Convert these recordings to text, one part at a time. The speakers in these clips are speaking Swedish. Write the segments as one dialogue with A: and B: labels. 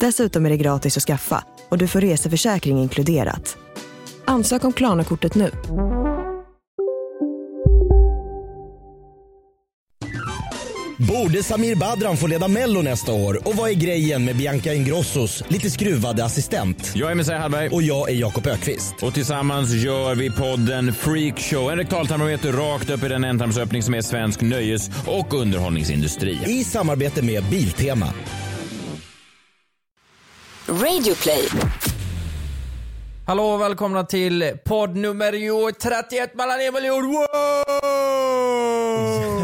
A: Dessutom är det gratis att skaffa och du får reseförsäkring inkluderat. Ansök om Klarna-kortet nu.
B: Borde Samir Badran få leda Mello nästa år? Och vad är grejen med Bianca Ingrossos lite skruvade assistent?
C: Jag är Messiah Hallberg.
B: Och jag är Jakob Ökvist.
C: Och tillsammans gör vi podden Freakshow. En rektaltarmometer rakt upp i den ändtarmsöppning som är svensk nöjes och underhållningsindustri.
B: I samarbete med Biltema.
D: Radioplay.
E: Hallå och välkomna till podd nummer 31 mellan Emil och Wow!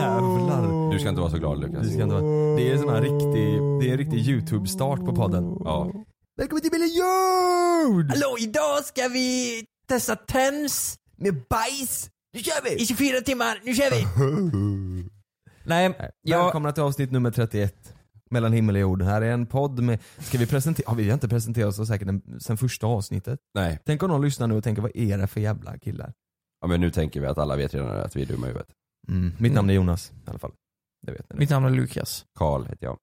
F: Jävlar.
G: Du ska inte vara så glad Lukas.
F: Det, ska inte vara. det är sån här riktig, det är en riktig YouTube-start på podden.
G: Ja.
E: Välkommen till Million! Hallå, idag ska vi testa Thames med bajs. Nu kör vi! I 24 timmar, nu kör vi! Nej, jag...
F: Välkomna till avsnitt nummer 31. Mellan himmel och jord. Här är en podd med, ska vi presentera, ja, vi har inte presenterat oss säkert en- sen första avsnittet.
G: Nej.
F: Tänk om någon lyssnar nu och tänker vad är det för jävla killar?
G: Ja, men nu tänker vi att alla vet redan att vi är dumma i huvudet.
F: Mm. Mitt namn är Jonas i alla fall. Det vet ni. Mm. nu.
E: Mitt namn är Lukas.
G: Karl heter jag.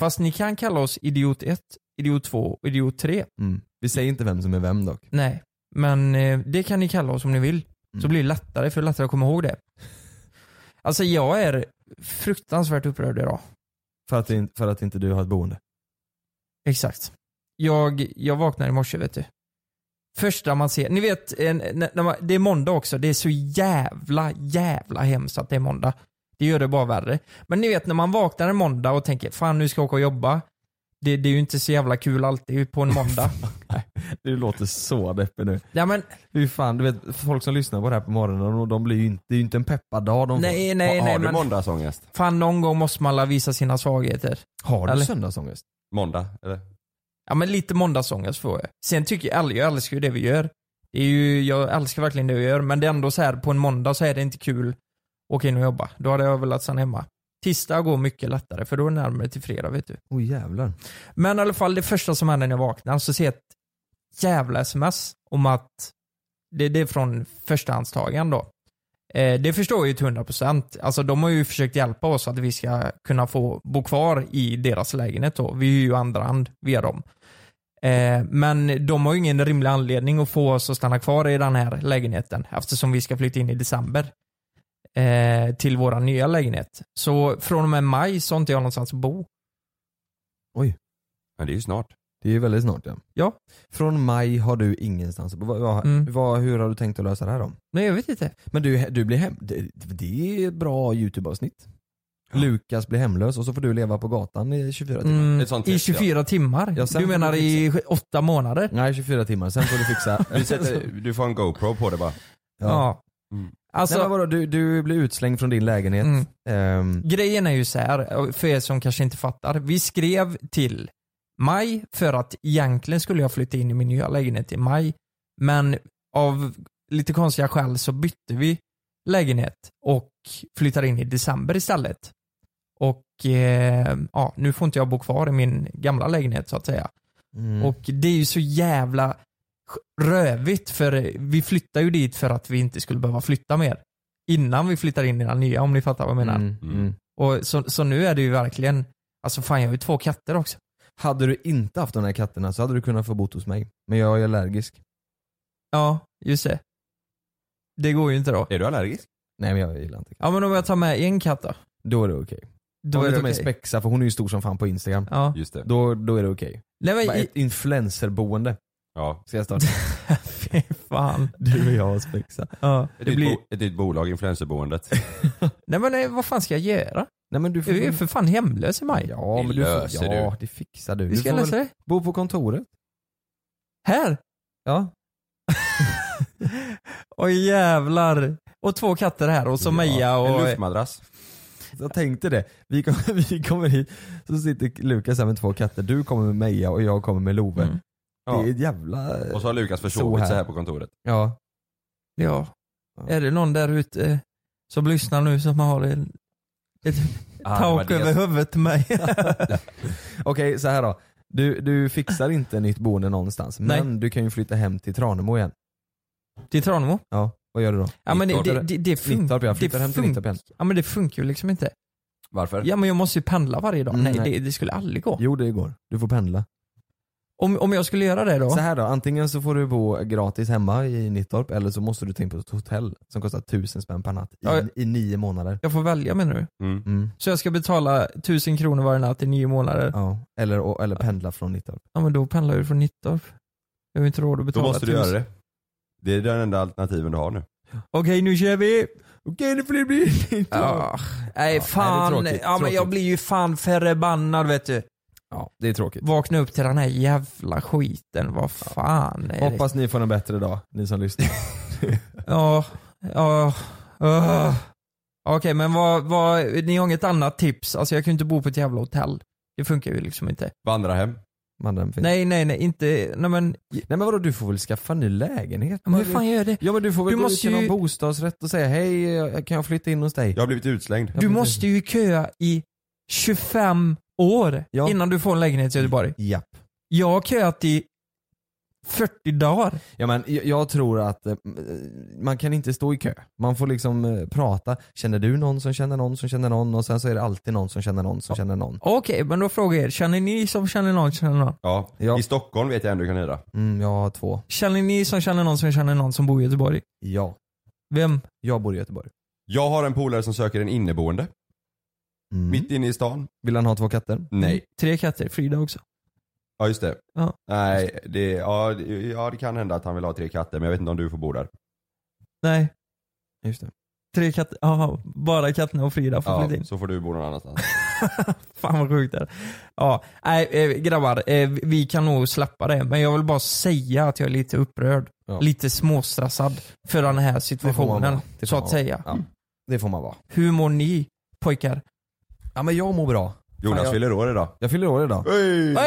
E: Fast ni kan kalla oss Idiot 1, Idiot 2 och Idiot 3.
F: Mm. Vi säger inte vem som är vem dock.
E: Nej, men eh, det kan ni kalla oss om ni vill. Så
F: Mm.
E: blir det lättare, för det är lättare att komma ihåg det. Alltså jag är fruktansvärt upprörd idag.
F: För att, in- för att inte du har ett boende.
E: Exakt. Jag, jag vaknade i morse vet du. Första man ser, ni vet, en, när när man, det är måndag också, det är så jävla, jävla hemskt att det är måndag. Det gör det bara värre. Men ni vet när man vaknar en måndag och tänker fan nu ska jag åka och jobba. Det, det är ju inte så jävla kul alltid på en måndag.
F: Du låter så deppig nu.
E: nej men
F: Hur fan, du vet folk som lyssnar på det här på morgonen, de, de blir ju inte, det är ju inte en peppardag de
E: nej nej
G: har
E: nej
G: har du
E: men
G: måndagsångest?
E: fan någon gång måste man alla visa sina svagheter.
F: får. Har du
E: Eller?
F: söndagsångest?
G: Måndag? Eller?
E: Ja men lite måndagsångest får jag. Sen tycker jag, all- jag älskar ju det vi gör. Det är ju, jag älskar verkligen det vi gör men det är ändå så här på en måndag så är det inte kul att åka in och jobba. Då hade jag velat stanna hemma. Tisdag går mycket lättare för då är det närmare till fredag vet du.
F: Oj jävlar.
E: Men i alla fall det första som händer när jag vaknar så ser jag ett jävla sms om att det, det är från förstahandstagaren då. Eh, det förstår jag ju till 100%. Alltså de har ju försökt hjälpa oss att vi ska kunna få bo kvar i deras lägenhet då. Vi är ju andra hand via dem. Eh, men de har ju ingen rimlig anledning att få oss att stanna kvar i den här lägenheten eftersom vi ska flytta in i december eh, till våra nya lägenhet. Så från och med maj så har inte jag någonstans att bo.
G: Men det är ju snart.
F: Det är ju väldigt snart ja.
E: Ja.
F: Från maj har du ingenstans att bo. vad, vad,
E: Mm.
F: vad, Hur har du tänkt att lösa det här då?
E: Nej jag vet inte.
F: Men du, du blir hem, det, det är ett bra youtube-avsnitt. Lukas blir hemlös och så får du leva på gatan i 24 timmar.
E: Mm,
G: Ett sånt
E: I
G: test,
E: 24 timmar?
F: Ja, sen
E: du
F: får
E: menar
F: man
E: i åtta månader?
F: Nej 24 timmar, sen får du fixa.
G: Vi sätter, du får en GoPro på det bara.
E: Ja.
G: Mm.
E: Alltså,
F: Nej, men vadå, du, du blir utslängd från din lägenhet.
E: Mm.
F: Ehm,
E: grejen är ju så här, för er som kanske inte fattar. Vi skrev till maj för att egentligen skulle jag flytta in i min nya lägenhet i maj. Men av lite konstiga skäl så bytte vi lägenhet och flyttade in i december istället. Och eh, ja, nu får inte jag bo kvar i min gamla lägenhet så att säga.
F: mm.
E: Och det är ju så jävla rövigt för vi flyttar ju dit för att vi inte skulle behöva flytta mer. Innan vi flyttar in i den nya om ni fattar vad jag menar.
F: Mm, mm.
E: Och så, så nu är det ju verkligen, alltså fan jag har ju två katter också.
F: Hade du inte haft de här katterna så hade du kunnat få bot hos mig. Men jag är allergisk.
E: Ja, just det. Det går ju inte då.
G: Är du allergisk?
F: Nej men jag gillar inte katter.
E: Ja men om jag tar med en katt då?
F: Då är det okej.
E: Då
F: Om
E: är
F: du
E: det
F: tar med
E: okej.
F: Spexa för hon är ju stor som fan på instagram.
E: Ja.
G: Just det.
F: Då, då är det okej.
E: Nej men,
F: Bara
E: i,
F: Ett influencerboende
G: Ja.
F: ska jag starta.
E: fy fan.
F: du och jag och Spexa.
E: Ja.
G: Ett,
E: Det
G: nytt
E: blir,
G: bo, ett nytt bolag, influencerboendet.
E: nej men nej, vad eh, fan ska jag göra?
F: Nej, men du, får,
E: Du är för fan hemlös i maj.
F: Ja, men du får, ja, det fixar du.
E: Vi ska
F: du får
E: lösa
F: väl
E: det.
F: Bo på kontoret.
E: Här?
F: Ja.
E: Åh jävlar. Och två katter här och så Meja
F: En
E: och...
F: luftmadrass. Jag tänkte det. Vi kommer, vi kommer hit, så sitter Lukas här med två katter. Du kommer med Meja och jag kommer med Love.
E: Mm.
G: Ja.
F: Det är ett jävla...
G: Och så har Lukas
F: Så
G: försovit
F: här.
G: sig här på kontoret.
F: Ja.
E: Ja. Är det någon där ute eh, som lyssnar nu som har en, ett
G: var
E: tak
G: det
E: över
G: som-
E: huvudet till mig?
F: Okej, så här då. Du, du fixar inte nytt boende någonstans,
E: Nej.
F: men du kan ju flytta hem till Tranemo igen.
E: till Tranemo?
F: Ja, vad gör du då?
E: Ja men det, det,
F: Nittorp.
E: det, det, fun-
F: Nittorp, jag
E: det,
F: flyttar hem till
E: fun-
F: Nittorp igen.
E: ja, men det funkar ju liksom inte.
G: Varför?
E: Ja men jag måste ju pendla varje dag.
F: Mm,
E: nej,
F: nej.
E: Det, det skulle aldrig gå.
F: Jo, det går. Du får pendla.
E: Om, om jag skulle göra det då?
F: Så här då, antingen så får du bo gratis hemma i Nittorp eller så måste du ta in på ett hotell som kostar tusen spänn per natt i,
E: Ja.
F: i nio månader.
E: Jag får välja menar du?
G: Mm.
F: Mm.
E: Så jag ska betala 1000 kronor varje natt i nio månader? Ja,
F: Ja. Eller, och- eller pendla från Nittorp.
E: men då pendlar jag ju från Nittorp. Jag har ju inte råd att
G: Då
E: betala
G: måste du göra
E: 1000.
G: det. Det är den enda alternativen du har nu.
E: Okej nu kör vi!
F: Okej, det får bli
E: Ah, nej
F: Ja,
E: fan,
F: nej, det är tråkigt,
E: ja, men jag
F: tråkigt.
E: blir ju fan förbannad vet du.
F: Ja, det är tråkigt.
E: Vakna upp till den här jävla skiten, vad fan är
F: Hoppas ni får en bättre dag, ni som lyssnar.
E: det? Ja, ja, ah. Okej men vad, vad, ni har inget annat tips? Alltså jag kan ju inte bo på ett jävla hotell. Det funkar ju liksom inte.
G: Vandra hem.
F: Mannen, fin.
E: Nej nej nej, inte, nej men,
F: Nej men vadå, du får väl skaffa en ny lägenhet?
E: men hur fan gör jag det?
F: Ja men du får väl
E: Du
F: gå
E: måste
F: ut till
E: ju-
F: någon bostadsrätt och säga hej, eh, kan jag flytta in hos dig?
G: Jag har blivit utslängd.
E: Du måste ju köa i 25 år
F: Ja.
E: innan du får en lägenhet i Göteborg.
F: Japp.
E: Jag har köat i 40 dagar.
F: Ja, men jag, jag tror att eh, man kan inte stå i kö. Man får liksom eh, prata. Känner du någon som känner någon som känner någon? Och sen så är det alltid någon som känner någon som känner någon.
E: Okej, men då frågar jag er. Känner ni som känner någon känner någon?
G: Ja.
F: Ja.
G: I Stockholm vet jag ändå du kan hyra.
F: Mm, jag har två.
E: Känner ni som känner någon som känner någon som bor i Göteborg?
F: Ja.
E: Vem?
F: Jag bor i Göteborg.
G: Jag har en polare som söker en inneboende.
F: Mm.
G: Mitt inne i stan.
F: Vill han ha två katter?
G: Nej.
E: Tre katter, Frida också.
G: Ja just det.
E: Ja.
G: Nej, det, ja, det- ja det kan hända att han vill ha tre katter men jag vet inte om du får bo där.
E: Nej,
F: Just det.
E: tre katter. Jaha, bara katterna och Frida får
G: Ja,
E: flytta in.
G: så får du bo någon annanstans.
E: Fan vad sjukt det är. Ja, nej eh, grabbar, eh, vi kan nog släppa det. Men jag vill bara säga att jag är lite upprörd.
F: Ja.
E: Lite småstressad för den här
F: man
E: situationen.
F: vara. Det får
E: Så
F: man
E: att
F: vara.
E: säga.
F: Ja. Det får man vara.
E: Hur mår ni pojkar?
F: Ja men jag mår bra.
G: Jonas
F: Fan, jag-
G: fyller år idag.
F: Jag fyller år idag.
E: Hej!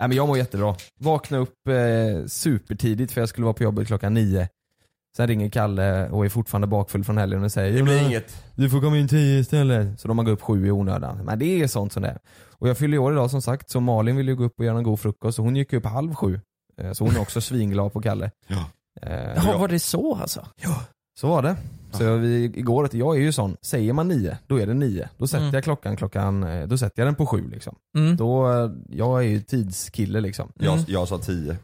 F: Nej men jag mår jättebra. Vaknade upp eh, supertidigt för jag skulle vara på jobbet klockan nio. Sen ringer Kalle och är fortfarande bakfull från helgen och säger Det blir inget. Du får komma in tio istället. Så de har gått upp sju i onödan. Men det är sånt som det är. Och jag fyller ju år idag som sagt så Malin ville ju gå upp och göra en god frukost så hon gick upp halv sju. Eh, Så hon är också svinglad på Kalle.
G: Ja.
F: Eh,
E: Jaha, var det så alltså?
F: så var det. Så vi, igår, jag är ju sån, säger man nio, då är det nio. Då sätter
E: Mm.
F: jag klockan, klockan, eh, då sätter jag den på sju liksom.
E: Mm.
F: Då, eh, jag är ju tidskille liksom.
G: Jag, jag sa tio.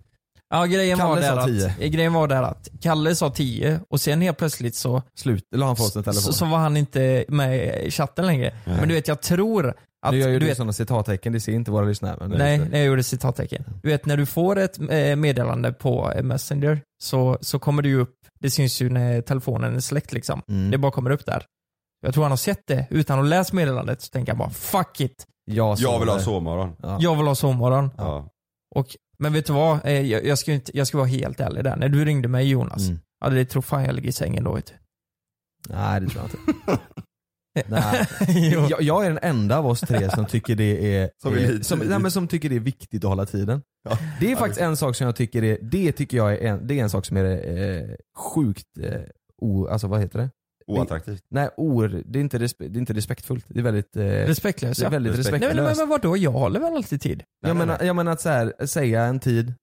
E: Ja, grejen
F: Kalle
E: var, där
F: sa
E: att,
F: 10.
E: eh, grejen var där att Kalle sa 10 och sen helt plötsligt så,
F: Slut, eller har han fått sin telefon?
E: så, så var han inte med i chatten längre. Men du vet, jag tror att...
F: nu gör ju
E: du
F: du
E: vet,
F: sådana citattecken, det ser inte våra lyssnare. Men
E: nej, nej, jag gjorde citattecken. Du vet, när du får ett eh, meddelande på eh, Messenger så, så kommer det ju upp, det syns ju när telefonen är släckt liksom.
F: Mm.
E: Det bara kommer upp där. Jag tror han har sett det utan att läsa meddelandet så tänker han bara 'fuck it,
F: jag,
G: Jag vill ha
F: sover.
G: sovmorgon.
F: Ja.
E: jag vill ha sovmorgon'
G: Ja.
E: Och, men vet du vad? Eh, Jag, jag, ska ju inte, jag ska vara helt ärlig där. När du ringde mig Jonas,
F: Mm.
E: ja, det tror fan jag ligger i sängen då. Vet du.
F: Nej det tror jag inte. nej.
E: Jo.
F: Jag, jag är den enda av oss tre som tycker det är,
G: Som vill
F: eh,
G: hit.
F: som, nej, men som tycker det är viktigt att hålla tiden.
G: Ja.
F: Det är faktiskt en sak som jag tycker är, det tycker jag är en, det är en sak som är eh, sjukt, eh, o, alltså vad heter det?
G: Oattraktivt.
F: Nej, or, det, är inte respe, det är inte respektfullt. Det är väldigt, eh,
E: Respektlös
F: det är
E: ja.
F: väldigt
G: Respekt.
E: Nej,
F: respektlöst.
E: men, men, men vadå, jag håller väl alltid tid?
F: Jag menar, jag menar att så här, säga en tid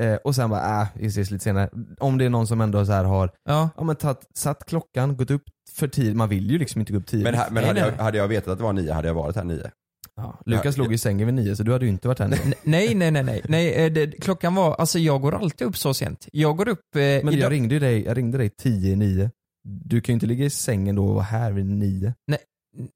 F: eh, och sen bara äh, vi ses lite senare. Om det är någon som ändå så här har
E: Ja.
F: ja, men tatt, satt klockan, gått upp för tid. Man vill ju liksom inte gå upp tidigt.
G: Men, här, men
E: Nej,
G: hade,
E: nej.
G: jag, hade jag vetat att det var nio hade jag varit här nio.
F: ja, Lukas
G: Ja,
F: låg i sängen vid nio så du hade ju inte varit här nu.
E: N- Nej, nej, nej, nej. nej eh, det, klockan var, alltså jag går alltid upp så sent. Jag går upp eh,
F: Men
E: idag-
F: jag ringde ju dig, jag ringde dig tio i nio. Du kan ju inte ligga i sängen då och vara här vid nio.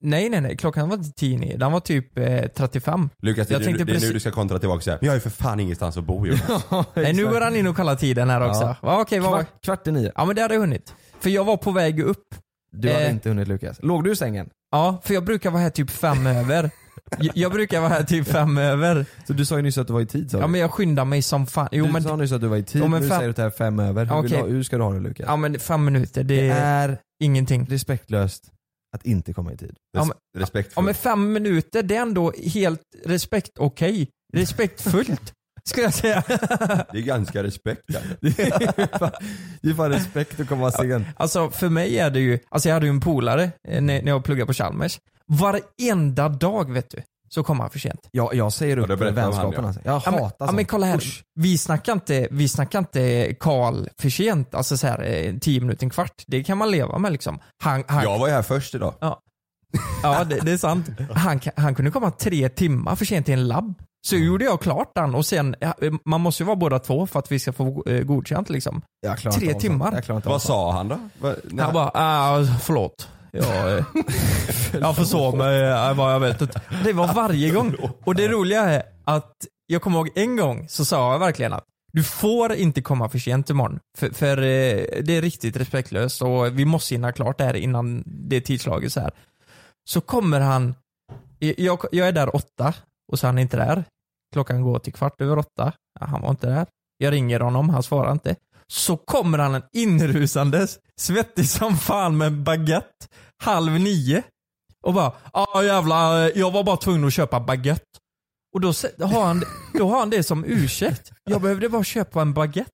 E: Nej, nej, nej. Klockan var inte 10 i, den var typ eh, 35.
G: Lukas det, är
E: Jag
G: nu-
E: tänkte
G: det är nu
E: precis-
G: du ska kontra tillbaka och säga Jag har ju för fan ingenstans att bo Jonas.
E: Nej, nu går han in och kollar tiden här också.
F: Ja.
E: Ja. Okej, vad var...
F: Kvart, kvart i nio.
E: Ja, men det hade jag hunnit. För jag var på väg upp
F: Du hade
E: Eh.
F: inte hunnit Lukas. Låg du i sängen?
E: Ja, för jag brukar vara här typ fem över. Jag- Jag brukar vara här typ fem över.
F: Så du sa ju nyss att du var i tid sa
E: Ja men jag skyndar mig som fan. Jo,
F: du
E: men,
F: sa nyss att du var i tid,
E: Jo, men
F: men nu
E: fan-
F: säger du att det här är fem över. Hur, vill du
E: Okej.
F: ha, hur ska du ha det Lukas?
E: ja men fem minuter, det,
F: Det
E: är
F: är
E: ingenting.
F: respektlöst att inte komma i tid.
E: Ja, men-
G: Respekt
E: Ja
G: för
E: men fem minuter, det är ändå helt respekt okej. Respektfullt, skulle jag säga.
G: Det är ganska respekt alltså.
F: det är fan- det är fan respekt att komma sent.
E: Alltså för mig är det ju, alltså jag hade ju en polare eh, när, när jag pluggade på Chalmers. Varenda dag vet du, så kom han för sent.
F: Jag, jag säger
G: Ja, det
F: upp
G: berättar han,
F: vänskapen
G: ja.
F: alltså. Jag
E: Ja, men-
F: hatar
E: ja, men
F: sånt.
E: kolla här.
F: Usch.
E: Vi snackar inte, vi snackar inte Karl för sent, alltså så här eh, 10 minuter, en kvart. Det kan man leva med liksom. Han, han, ja.
G: Jag var ju här först idag.
E: det, det är sant. Han, kan- han kunde komma tre timmar för sent till en labb. Så gjorde jag klart den och sen, ja, eh, man måste ju vara båda två för att vi ska få eh, godkänt liksom.
F: Jag klarar inte
E: Tre
F: av sånt.
E: timmar.
F: Jag klarar inte av
G: Vad
F: sånt.
G: sa han då? Va, nej.
E: Han bara, ah, förlåt. Jag, eh, jag försov mig, eh, vad jag vet inte. Det var varje gång. Och det roliga är att jag kommer ihåg en gång så sa jag verkligen att du får inte komma för sent imorgon. För, för eh, det är riktigt respektlöst och vi måste hinna klart det här innan det är tidslaget så här. Så kommer han, eh, jag, jag är där åtta och så är han inte där. Klockan går till kvart över åtta. Ja, han var inte där. Jag ringer honom, han svarar inte. Så kommer han en inrusandes, svettig som fan med en baguette, halv nio. Och bara, ja jävla, jag var bara tvungen att köpa baguette. Och då se- har, han, då har han det som ursäkt. Jag behövde bara köpa en baguette.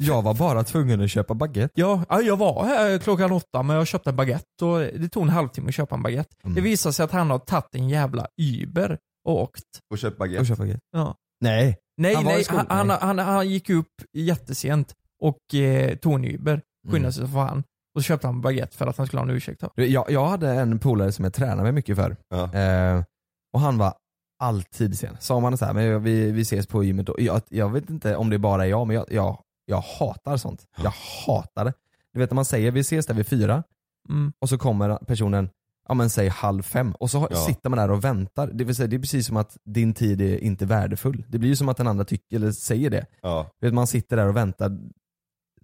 F: Jag var bara tvungen att köpa baguette.
E: Ja, ja, jag var här klockan åtta men jag köpte en baguette och det tog en halvtimme att köpa en baguette.
F: Mm.
E: Det visar sig att han har tagit en jävla Uber och åkt.
G: Och köpt baguette.
F: Och köpa baguette.
E: Ja.
F: Nej.
E: Nej,
F: Han var i
E: nej,
F: skolan.
E: han, han, han, han gick upp jättesent och eh, tog en Uber,
F: Mm.
E: skyndade sig som fan. Och så köpte han baguette för att han skulle ha en ursäkt. då.
F: Jag, jag hade en polare som jag tränade mig mycket för.
G: Ja.
F: Eh, och han var alltid sen. Sa man så här, men vi, vi ses på gymmet. Och jag, jag vet inte om det bara är jag, men jag, jag, jag hatar sånt. Jag hatar det. Du vet när man säger vi ses där vid fyra
E: Mm.
F: och så kommer personen, ja men säg halv fem. Och så har,
G: Ja.
F: sitter man där och väntar. Det vill säga det är precis som att din tid är inte värdefull. Det blir ju som att den andra tycker, eller säger det.
G: Ja.
F: Du vet, man sitter där och väntar.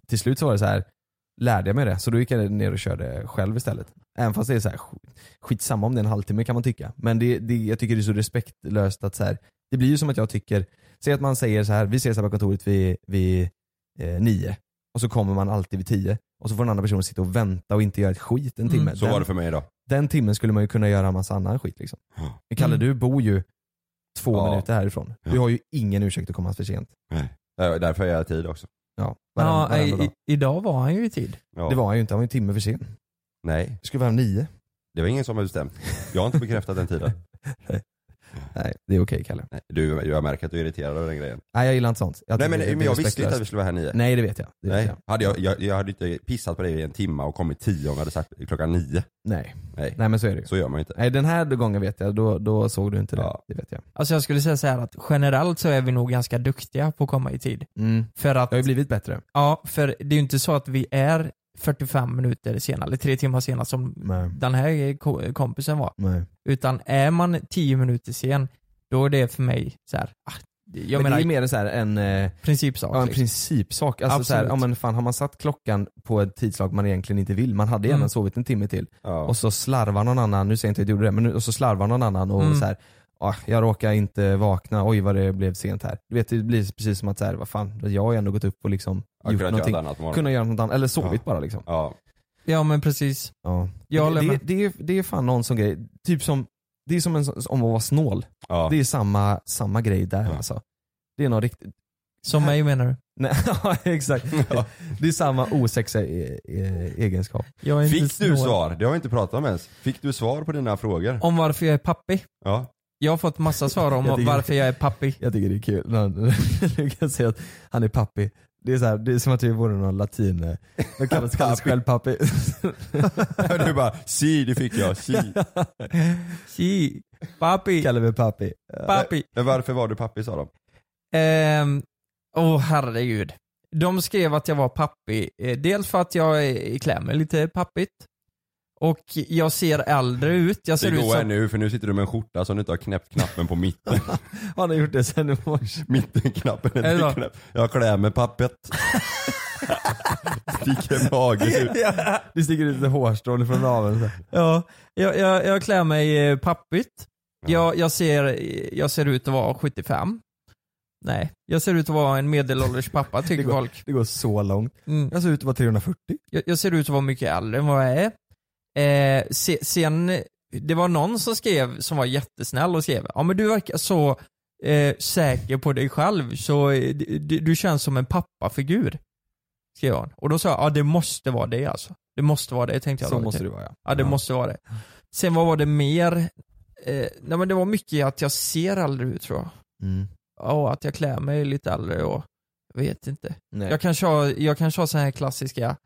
F: Till slut så var det så här lärde jag mig det. Så då gick jag ner och körde själv istället. Även fast det är så här, sk- skitsamma om det är en halvtimme kan man tycka. Men det, det, jag tycker det är så respektlöst att så här, det blir ju som att jag tycker, säg att man säger så här, vi ses här på kontoret vid, vid eh, nio. Och så kommer man alltid vid tio. Och så får den andra personen sitta och vänta och inte göra ett skit en timme.
E: Mm.
G: Så
F: den,
G: var det för mig idag.
F: den timmen skulle man ju kunna göra en massa annan skit liksom. Men Kalle
E: Mm.
F: du bor ju två
G: Ja.
F: minuter härifrån. Du
G: Ja.
F: har ju ingen ursäkt att komma för sent.
G: Där- Därför är jag i tid också.
F: Ja, varenda,
E: Ja,
F: varenda dag.
E: i, idag var han ju i tid.
G: Ja.
F: Det var han ju inte, han var ju en timme för sen.
G: Nej,
F: Det skulle vara nio.
G: det var ingen som hade bestämt. Jag har inte bekräftat den tiden.
F: Nej, det är okej Kalle.
G: Nej, du, jag märker att du är irriterad över den grejen.
F: Nej jag gillar inte sånt. Jag
G: Nej
F: tycker
G: men,
F: det är
G: men jag visste inte
F: respektlöst.
G: att vi skulle vara här nio.
F: Nej det vet jag. Det
G: Nej.
F: Vet jag.
G: Hade jag, jag, jag hade inte pissat på dig i en timme och kommit tio om jag hade sagt klockan nio.
F: Nej.
G: Nej,
F: Nej men så är det ju.
G: så gör man ju inte.
F: Nej den här gången vet jag, då, då såg du inte det.
G: Ja.
F: Det vet jag.
E: Alltså jag skulle säga så här att generellt så är vi nog ganska duktiga på att komma i tid.
F: Mm.
E: För att,
F: Jag har ju blivit bättre.
E: ja, för det är ju inte så att vi är 45 minuter sena, eller tre timmar sena som
F: Nej.
E: den här ko- kompisen var.
F: Nej.
E: Utan är man 10 minuter sen, då är det för mig så här, ah, jag
F: men
E: menar
F: det är mer så här en, eh,
E: principsak.
F: ja, en
E: liksom.
F: principsak. Alltså så här, ja,
E: Absolut.
F: men fan, har man satt klockan på ett tidslag man egentligen inte vill, man hade gärna
E: Mm.
F: sovit en timme till
G: Ja.
F: och så slarvar någon annan, nu säger jag inte att jag gjorde det, men nu, och så slarvar någon annan och
E: Mm.
F: så här, "Ah, jag råkar inte vakna, oj vad det blev sent här. Du vet det blir precis som att så här, vad fan, jag har ju ändå gått upp och liksom
G: Jag
F: gjort
G: kunde inte
F: någonting.
G: göra ett annat morgon.
F: Kunnat göra något annat, eller sovit bara liksom.
G: Ja.
E: Ja men precis.
F: Ja.
E: Jag
F: det,
E: håller
F: det,
E: med.
F: det, är, det är fan någon sån grej, typ som, det är som en, sån- om att vara snål.
G: Ja.
F: Det är samma, samma grej där
G: Ja.
F: alltså. Det är någon riktigt,
E: Som mig menar du?
F: nej ja, exakt.
G: Ja.
F: Det är samma osexiga e- e- egenskap.
E: Jag är
G: Fick du
E: snål.
G: svar? Det har vi inte pratat om ens. Fick du svar på dina frågor?
E: Om varför jag är pappig?
G: Ja.
E: Jag har fått massa svar om
F: Jag tycker-
E: varför jag är pappig.
F: Jag tycker det är kul när du kan säga att han är pappi. Det är, så här, det är som att vi vore någon latin, jag kallar sig kallar sig själv pappi.
G: du bara, si det fick jag, si.
E: Tji, Pappi,
F: kallar mig pappi.
E: pappi.
G: Men varför var du pappi sa de?
E: Ehm, Åh herregud. De skrev att jag var pappig, eh, dels för att jag eh, klär mig lite pappigt. Och jag ser äldre ut. Jag ser
G: Det
E: ut
G: går här
E: som...
G: nu för nu sitter du med en skjorta som du inte har knäppt knappen på mitten.
F: Han har gjort det sen i morse.
G: Mittenknappen är
E: Eller
G: inte
E: vad?
G: knäppt. Jag klär med pappet. Fick en mage.
F: Det sticker ut lite hårstrån från naveln. så här.
E: Ja, jag, jag, jag klär mig eh, pappigt. Jag, jag, ser, eh, jag ser ut att vara 75. Nej, jag ser ut att vara en medelålders pappa
F: Det
E: tycker
F: går-
E: folk.
F: Det går så långt.
E: Mm.
F: Jag ser ut att vara 340.
E: Jag, jag ser ut att vara mycket äldre än vad jag är. Eh, se, sen, det var någon som skrev, som var jättesnäll och skrev ja men du verkar så eh, säker på dig själv så eh, d- d- du känns som en pappafigur. Skrev han. Och då sa jag, ja det måste vara det alltså. Det måste vara det tänkte jag.
F: Så
E: då.
F: måste det vara ja.
E: Ja det måste vara det. Sen vad var det mer? Eh, nej men det var mycket i att jag ser äldre ut tror jag.
F: Mm.
E: Ja, och att jag klär mig lite äldre och jag vet inte.
F: Nej.
E: Jag kanske har, jag kanske har så här klassiska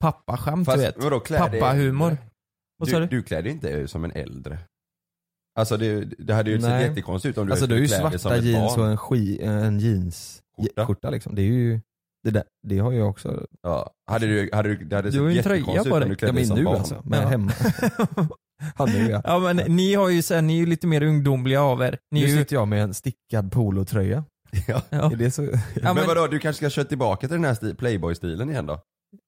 E: pappaskämt du vet.
G: vadå, klär dig-
E: Pappahumor. Vad sa
G: Du,
E: du?
G: du klär dig inte eh, som en äldre. Alltså det, det hade ju sett
F: Nej.
G: jättekonstigt ut om du
F: Alltså du har ju
G: klär dig som
F: svarta
G: ett
F: jeans
G: barn.
F: och en, ski, eh, en jeans
G: Skjorta.
F: skjorta liksom. Det är ju, det, där, det har jag också.
G: Ja. Hade du, hade du, det hade
E: Du
G: sett
E: har ju en tröja
G: jättekonstigt
E: på
G: ut
E: dig.
G: om du klädde
F: men
G: dig som
F: nu
G: barn.
F: alltså, men
E: Ja.
F: hemma. Han nu ja.
E: Ja men ni har ju så här, ni är ju lite mer ungdomliga av er. Ni
F: Nu
E: är ju,
F: sitter jag med en stickad polotröja.
G: Ja.
E: ja.
F: Är det så?
E: Ja,
G: men,
E: men,
G: vadå, du kanske ska köra tillbaka till den här sti- playboy-stilen igen då?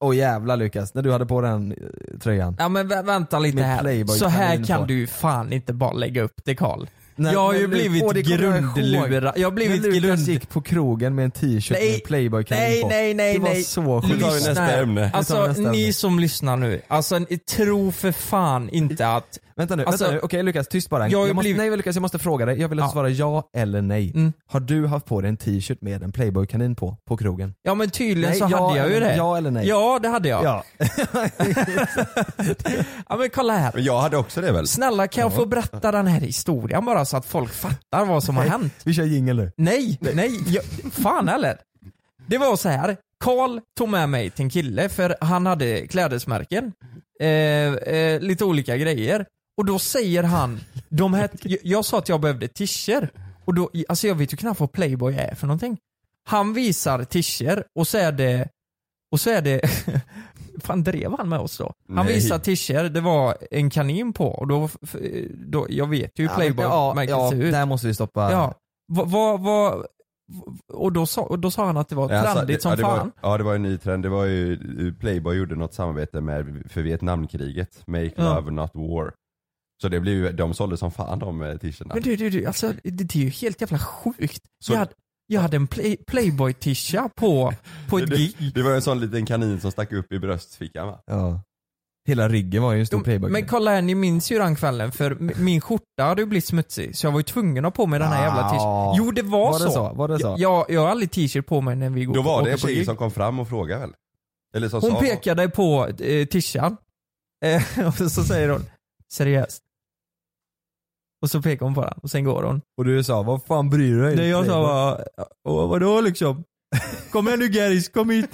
F: Åh jävlar Lukas, när du hade på den eh, tröjan.
E: ja men vä- vänta lite
F: Min
E: här.
F: Playboy
E: Så här
F: kanin på.
E: kan du ju fan inte bara lägga upp det Karl.
F: Nej,
E: Jag har
F: men
E: ju
F: Lu-
E: blivit
F: Åh, det kommer jag ihåg.
E: grundlurad. Jag har blivit
F: När Lukas
E: grund...
F: gick på krogen med en t-shirt
E: Nej,
F: med playboy
E: nej,
F: på.
E: nej, nej,
F: Det var
E: nej.
F: så
G: Nu tar vi
F: sjukt.
E: Lyssna
G: nästa
E: här.
G: ämne.
F: Vi
E: Alltså
F: tar nästa ämne.
E: ni som lyssnar nu, alltså ni- tro för fan inte att
F: Vänta nu,
E: Alltså-
F: vänta nu. okej Lukas tyst bara.
E: Jag har
F: Jag
E: ju
F: måste,
E: blivit-
F: Nej Lukas jag måste fråga dig, jag vill att du
E: Ja.
F: svarar ja eller nej.
E: Mm.
F: Har du haft på dig en t-shirt med en playboy-kanin på, på krogen?
E: Ja men tydligen så
F: ja,
E: hade jag ju
F: eller-
E: det.
F: Ja eller nej?
E: Ja, det hade jag. Ja.
F: Ja.
E: men kolla här.
G: Men jag hade också det väl?
E: Snälla kan jag få berätta den här historien bara så att folk fattar vad som har hänt?
F: Vi kör jingel nu.
E: Nej, nej, jag, fan eller? Det var så här. Karl tog med mig till en kille för han hade klädesmärken. Eh, eh, lite olika grejer. Och då säger han, de här, jag, jag sa att jag behövde tischer. Och då, alltså jag vet ju knappt vad Playboy är för någonting. Han visar tischer och så är det, och så är det, fan drev han med oss då? Han
G: Nej.
E: visar tischer, det var en kanin på och då, då jag vet ju hur Playboy
F: ja,
E: märket
F: ja,
E: ser ut.
F: där måste vi stoppa.
E: Ja. Vad, vad, vad, och, då sa, och då sa han att det var
G: Ja, alltså,
E: trendigt
G: det-
E: som
G: ja, det
E: fan.
G: Var, ja det var en ny trend, det var ju eh, Playboy gjorde något samarbete med, för Vietnamkriget, Make
E: Ja.
G: Love Not War. Så det blev ju, de sålde som fan de eh, t-shirtarna.
E: Men du, du, du, alltså det, det är ju helt jävla sjukt.
G: Så-
E: Jag hade, jag hade en play, Playboy-tisha på, på ett gig.
G: Det var en sån liten kanin som stack upp i bröstfickan va?
F: Ja. Hela ryggen var ju en stor playboy
E: Men kolla här, ni minns ju den kvällen för m- min skjorta hade ju blivit smutsig så jag var ju tvungen att ha på mig den här jävla
F: Ah.
E: t-shirten. Jo det var,
F: Var det så? Var det så?
E: Jag, jag har aldrig t-shirt på mig när vi går
G: Då var det en
E: åker på
G: tjej
E: gig.
G: som kom fram och frågade väl? Eller som sa,
E: Hon pekade på eh, tishan eh, och så säger hon seriöst. Och så pekar hon på den och sen går hon.
F: Och du sa, vad fan bryr du dig?
E: Det jag sa
F: Playboy.
E: var, "Åh, vadå liksom? Kom igen nu Gerris, kom hit.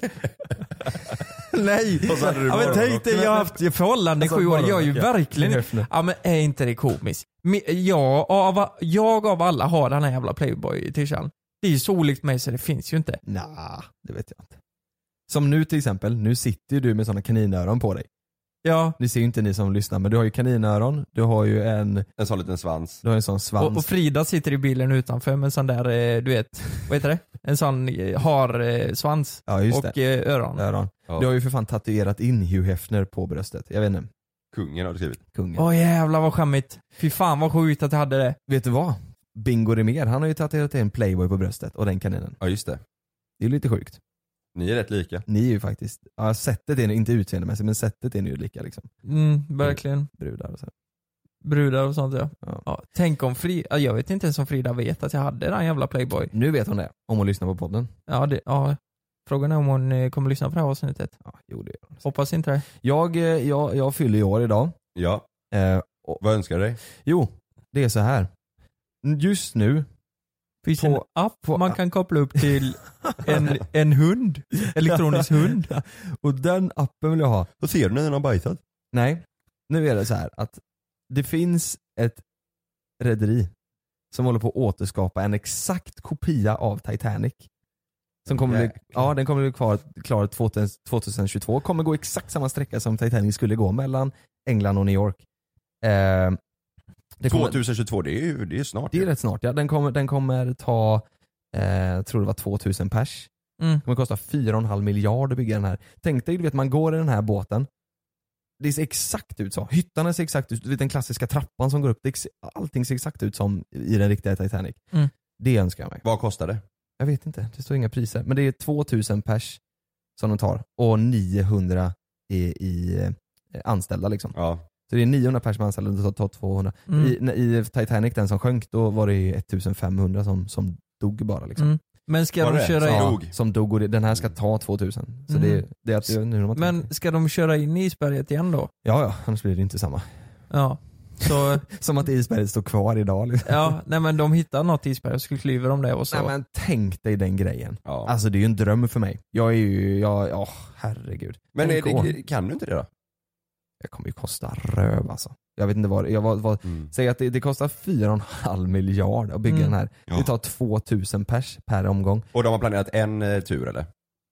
E: Nej.
G: Och så hade du
E: Ja, men tänk dig, jag har haft ett förhållande i
F: Alltså,
E: sju år. Jag är ju
F: morgonrock, ja.
E: verkligen
F: Höfner.
E: Ja men är inte det komiskt? Men Jag av, jag av alla har den här jävla playboy-tishan. Det är ju så olikt mig så det finns ju inte.
F: Nah, det vet jag inte. Som nu till exempel, nu sitter ju du med sådana kaninöron på dig.
E: Ja.
F: Det ser ju inte ni som lyssnar men du har ju kaninöron, du har ju en,
G: En sån liten svans.
F: du har en sån svans.
E: Och, och Frida sitter i bilen utanför med en sån där, eh, du vet, vad heter det? En sån eh, har eh, svans
F: ja just
E: och
F: det.
E: eh, öron.
F: Öron.
G: Ja.
F: Du har ju för fan tatuerat in Hugh Hefner på bröstet. Jag vet inte,
G: Kungen har du skrivit.
F: kungen.
E: Åh jävlar vad skämmigt. Fy fan vad sjukt att jag hade det.
F: Vet du vad? Bingo Rimér, han har ju tatuerat in Playboy på bröstet och den kaninen.
G: Ja just det.
F: Det är ju lite sjukt.
G: Ni är rätt lika.
F: Ni är ju faktiskt, ja sättet är ni- inte utseendemässigt men sättet är ni ju lika liksom.
E: Mm, verkligen.
F: Brudar och så. här.
E: Brudar och sånt ja.
F: Ja.
E: ja. Tänk om Frida, jag vet inte ens om Frida vet att jag hade den jävla playboy.
F: Nu vet hon det, om hon lyssnar på podden.
E: Ja, det, ja. Frågan är om hon eh, kommer lyssna på det här avsnittet.
F: Ja, jo det gör hon.
E: Hoppas inte det.
F: Jag, eh, jag, jag fyller ju år idag.
G: Ja.
F: Eh,
G: Vad önskar du dig?
F: jo, det är så här. Just nu,
E: Finns
F: På-
E: en app
F: på-
E: man kan koppla upp till en, en hund? Elektronisk hund?
F: och den appen vill jag ha.
G: Då ser du när den har bajsat.
F: Nej, nu är det så här att det finns ett rederi som håller på att återskapa en exakt kopia av Titanic. Som kommer bli,
G: Jäklar.
F: ja, den kommer bli kvar, klar 2000 2022, kommer gå exakt samma sträcka som Titanic skulle gå mellan England och New York. Eh, det kommer-
G: 2022, det är ju det är ju snart.
F: Det
G: ju.
F: är rätt snart ja. Den kommer, den kommer ta, eh, jag tror det var 2000 pers.
E: Mm.
F: Det kommer kosta 4,5 miljard att bygga den här. Tänk dig, du vet man går i den här båten. Det ser exakt ut så. Hyttarna ser exakt ut, du vet den klassiska trappan som går upp. Det ser, allting ser exakt ut som i den riktiga Titanic.
E: Mm.
F: Det önskar jag mig.
G: Vad kostar det?
F: Jag vet inte, det står inga priser. Men det är 2000 pers som de tar och 900 i, i eh, anställda liksom.
G: Ja.
F: Så det är 900 pers som är anställda, de tar- tar 200.
E: Mm.
F: I, när- I Titanic, den som sjönk, då var det ju 1500 som, som dog bara liksom.
E: Mm. Men ska
G: Var
E: de
G: det?
E: köra
G: Så-
E: in,
F: Ja,
G: Dog.
F: Som dog och det, den här ska ta 2000. Så
E: Mm.
F: det, det är att det är nu de har tänkt.
E: men ska de köra in i isberget igen då?
F: Ja, ja, annars blir det inte samma.
E: Ja. Så,
F: Som att isberget står kvar idag liksom.
E: ja, nej men de hittar något isberg och så klyver de det och så.
F: Nej, men tänk dig den grejen.
G: Ja.
F: Alltså det är ju en dröm för mig. Jag är ju, jag, ja herregud.
G: men är
F: Tänk år.
G: det, kan du inte det då?
F: Det kommer ju kosta röv alltså. Jag vet inte vad, det- jag, vad, vad
G: Mm.
F: säg att det, det kostar 4,5 miljard att bygga
E: Mm.
F: den här. Det tar 2000 pers per omgång.
G: Och de har planerat en eh, tur eller?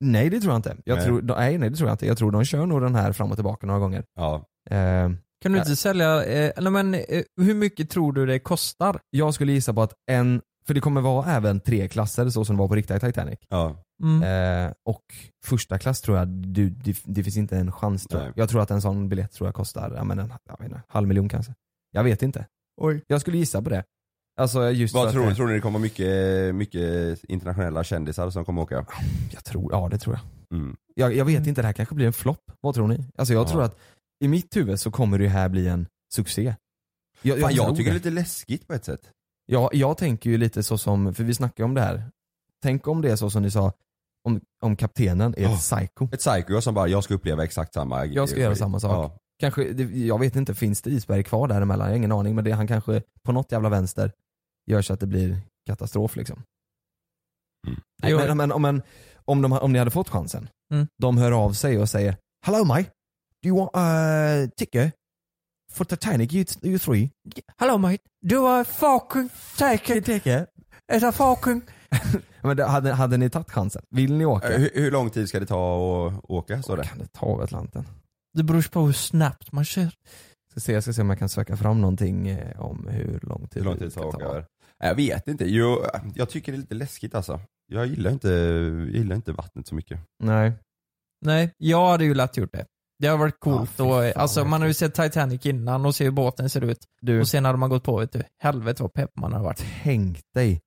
F: Nej det tror jag inte. Jag
G: Nej.
F: Tror, de- nej, nej det tror jag inte. Jag tror de kör nog den här fram och tillbaka några gånger.
G: Ja.
F: Eh,
E: Kan du inte sälja, eh, nej men eh, hur mycket tror du det kostar?
F: jag skulle gissa på att en, för det kommer vara även tre klasser så som det var på riktiga Titanic.
G: ja.
E: Mm.
F: Eh, och första klass tror jag, du, det, det finns inte en chans tror jag.
G: Nej.
F: Jag tror att en sån biljett tror jag kostar, ja, men en jag vet inte, halv miljon kanske. Jag vet inte. Oj. Jag skulle gissa på det. Alltså just för
G: Vad
F: att
G: tror
F: det-
G: ni? Tror ni det kommer mycket, mycket eh, internationella kändisar som kommer åka?
F: Jag tror, ja det tror jag.
G: Mm.
F: Jag, jag vet inte, det här kanske blir en flopp. Vad tror ni? Alltså jag
G: Ja.
F: tror att i mitt huvud så kommer det här bli en succé. Jag,
G: Fan,
F: tror
G: jag tycker det är lite läskigt på ett sätt.
F: Ja, jag tänker ju lite så som, för vi snackade om det här. Tänk om det är så som ni sa, om, om kaptenen är
G: Ja.
F: ett psyko.
G: Ah. Ett psycho som bara, jag ska uppleva exakt samma
F: Jag ska göra samma sak.
G: Ja.
F: Kanske, det, jag vet inte, finns det isberg kvar däremellan? Jag har ingen aning, men det, han kanske på något jävla vänster gör så att det blir katastrof liksom.
G: Mm.
F: Nej,
E: Jo.
F: men, men, om, en, om, de, om ni hade fått chansen,
E: Mm.
F: de hör av sig och säger Hello mate, do you want a ticket for Titanic you, you three?
E: Hello mate, du har fucking säkert,
F: Ticket?
E: är det fucking
F: Men det, hade, hade ni tagit chansen? Vill ni åka?
G: Eh, Hur, hur lång tid ska det ta att åka? Så det?
F: Kan det ta över Atlanten?
E: Det beror på hur snabbt man kör.
F: Ska se, jag ska se om jag kan söka fram någonting eh, om hur lång tid
G: Hur lång tid
F: det
G: det
F: ska
G: tar att åka
F: ta.
G: över? Jag vet inte. Jo, jag tycker det är lite läskigt alltså. Jag gillar inte, gillar inte vattnet så mycket.
F: Nej.
E: Nej, jag hade ju lätt gjort det. Det har varit coolt
F: Ja, fy fan,
E: och, alltså man har ju
F: verkligen.
E: sett Titanic innan och ser hur båten ser ut.
F: Du,
E: Och sen hade man gått på, vet du, helvete vad pepp man har varit.
F: tänk dig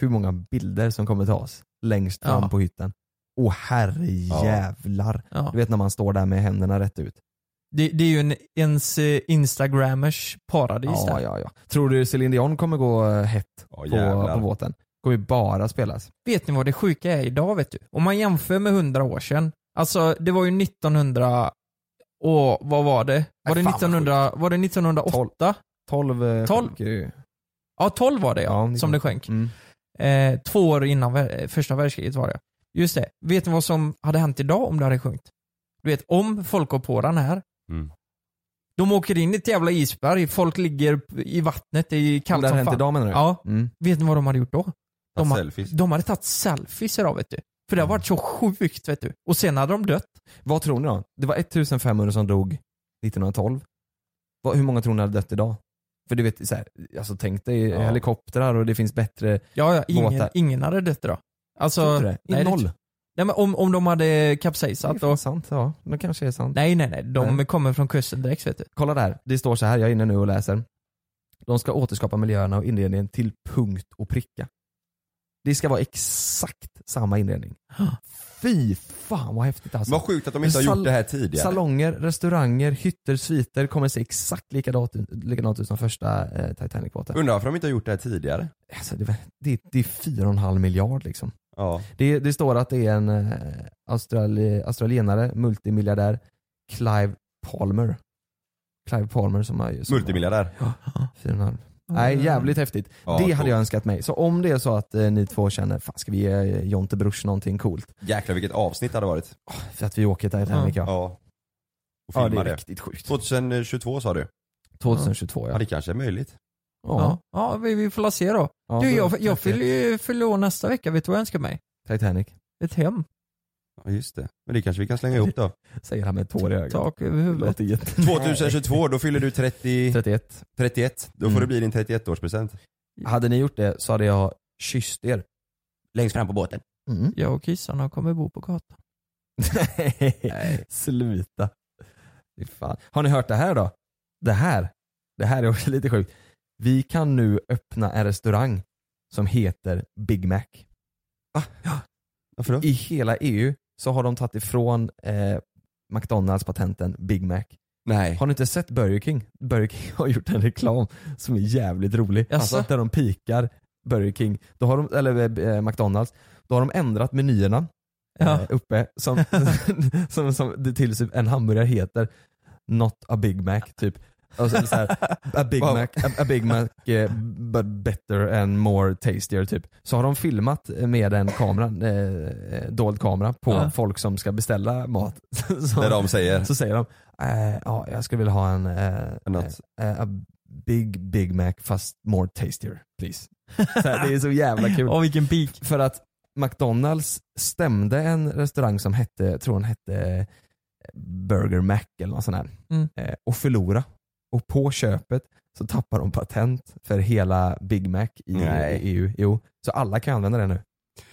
F: hur många bilder som kommer tas längst fram
E: Ja.
F: på hytten. Åh herrejävlar.
E: Ja.
F: Du vet när man står där med händerna rätt ut.
E: Det, det är ju en, ens eh, instagrammers paradis
F: Ja,
E: där.
F: ja, ja. Tror du Céline Dion kommer gå eh, hett
G: Ja
F: på, på
G: jävlar.
F: båten? Kommer ju bara spelas.
E: Vet ni vad det sjuka är idag vet du? Om man jämför med 100 år sedan. Alltså det var ju 1900 och vad var det? Var det,
F: fan, vad
E: 1900, var det 1908?
F: 12 eh,
E: Tolv? Mm.
F: sjunker ju.
E: Ja, 12 var det
F: Ja,
E: ja,
F: det
E: som
F: kan-
E: det sjönk.
F: Mm.
E: Eh, två år innan vär- eh, första världskriget var det. Just det. Vet ni vad som hade hänt idag om det hade sjunkit? Du vet, om folk går på den här.
G: Mm.
E: De åker in i ett jävla isberg, folk ligger i vattnet, det är
F: Om
E: kallt
F: det hade
E: som
F: hänt
E: fan.
F: idag menar du?
E: Ja.
F: Mm.
E: Vet ni vad de hade gjort då? De,
G: Ta
E: har,
G: selfies.
E: de hade tagit selfies idag vet du. För det har varit så
F: Mm.
E: sjukt vet du. Och sen hade de dött.
F: Vad tror ni då? Det var 1500 som dog 1912. Vad, hur många tror ni hade dött idag? För du vet, så här, alltså tänk dig
G: Ja.
F: helikoptrar och det finns bättre...
E: Ja, ja ingen,
F: Båtar.
E: ingen hade dött idag.
F: Tror
E: Alltså,
F: inte det?
E: nej,
F: Noll.
E: det- Nej, men om, om de hade
F: Det är
E: kapsejsat
F: fan
E: och...
F: sant, ja. Det kanske är sant.
E: Nej, nej, nej. De
F: Nej.
E: kommer från kusten direkt vet du.
F: Kolla där, det står så här, jag är inne nu och läser. De ska återskapa miljöerna och inredningen till punkt och pricka. Det ska vara exakt samma inredning. Fy fan vad häftigt alltså.
G: Vad sjukt att de inte har
F: Sal-
G: gjort det här tidigare.
F: Salonger, restauranger, hytter, sviter kommer se exakt likadant, likadant ut som första eh, Titanic-båten.
G: Undrar varför de inte har gjort det här tidigare.
F: Alltså, det, det, det är 4,5 miljard liksom.
G: Ja.
F: Det, det står att det är en eh, australi, australienare, multimiljardär, Clive Palmer. Clive Palmer som har... som har-
G: Multimiljardär.
F: Ja, 4,5. Nej, jävligt häftigt.
G: Ja,
F: det
G: coolt.
F: hade jag önskat mig. Så om det är så att eh, ni två känner, fan ska vi ge eh, Jonte Bruch någonting coolt?
G: Jäklar vilket avsnitt det hade varit.
F: För att vi åker till Titanic ja.
G: Ja. Och
F: Ja, det
G: filma
F: är
G: det.
F: riktigt sjukt.
G: 2022 sa du?
F: 2022
G: Ja
F: ja.
G: det kanske är möjligt.
E: Ja, ja vi, vi får la se då.
F: Ja,
E: du,
F: då-
E: jag, jag
F: tack.
E: fyller ju fyller år nästa vecka, vet du vad jag önskar mig?
F: Titanic,
E: Ett hem.
G: Ja just det. Men det kanske vi kan slänga ihop då.
F: säger han med tår i ögat.
E: Tak över huvudet.
F: Låter jätte...
G: 2022, då fyller du 30,
F: 31.
G: 31. Då får
F: Mm.
G: det bli din 31-årspresent.
F: Hade ni gjort det så hade jag kysst er. Mm.
G: Längst fram på båten.
E: Jag och kissarna kommer bo på gatan.
F: Nej, sluta. Fy Fan. Har ni hört det här då? Det här. Det här är också lite sjukt. Vi kan nu öppna en restaurang som heter Big Mac. Va? Ja.
G: Varför då?
F: I hela EU så har de tagit ifrån eh, McDonalds patenten Big Mac.
G: Nej.
F: Har ni inte sett Burger King? Burger King har gjort en reklam som är jävligt rolig.
E: Jaså?
F: Alltså, där de pikar Burger King, då har de, eller eh, McDonalds, då har de ändrat menyerna
E: Ja.
F: eh, uppe som, som, som det till typ en hamburgare heter Not a Big Mac typ. Och så, så här, a Big
G: Wow.
F: Mac, a, a Big Mac eh, but better and more tastier typ. Så har de filmat med en kamera, eh, dold kamera på
E: Ja.
F: folk som ska beställa mat. Så-
G: Där de säger.
F: så säger de, eh, ja jag skulle vilja ha en, eh,
G: En nuts.
F: eh, a big Big Mac fast more tastier please. Så här, det är så jävla kul.
E: Åh vilken pik.
F: För att McDonalds stämde en restaurang som hette, jag tror den hette eh, Burger Mac eller något sånt där.
E: Mm.
F: Eh, och förlora. Och på köpet så tappar de patent för hela Big Mac i,
G: Nej.
F: i EU. Jo. Så alla kan använda det nu.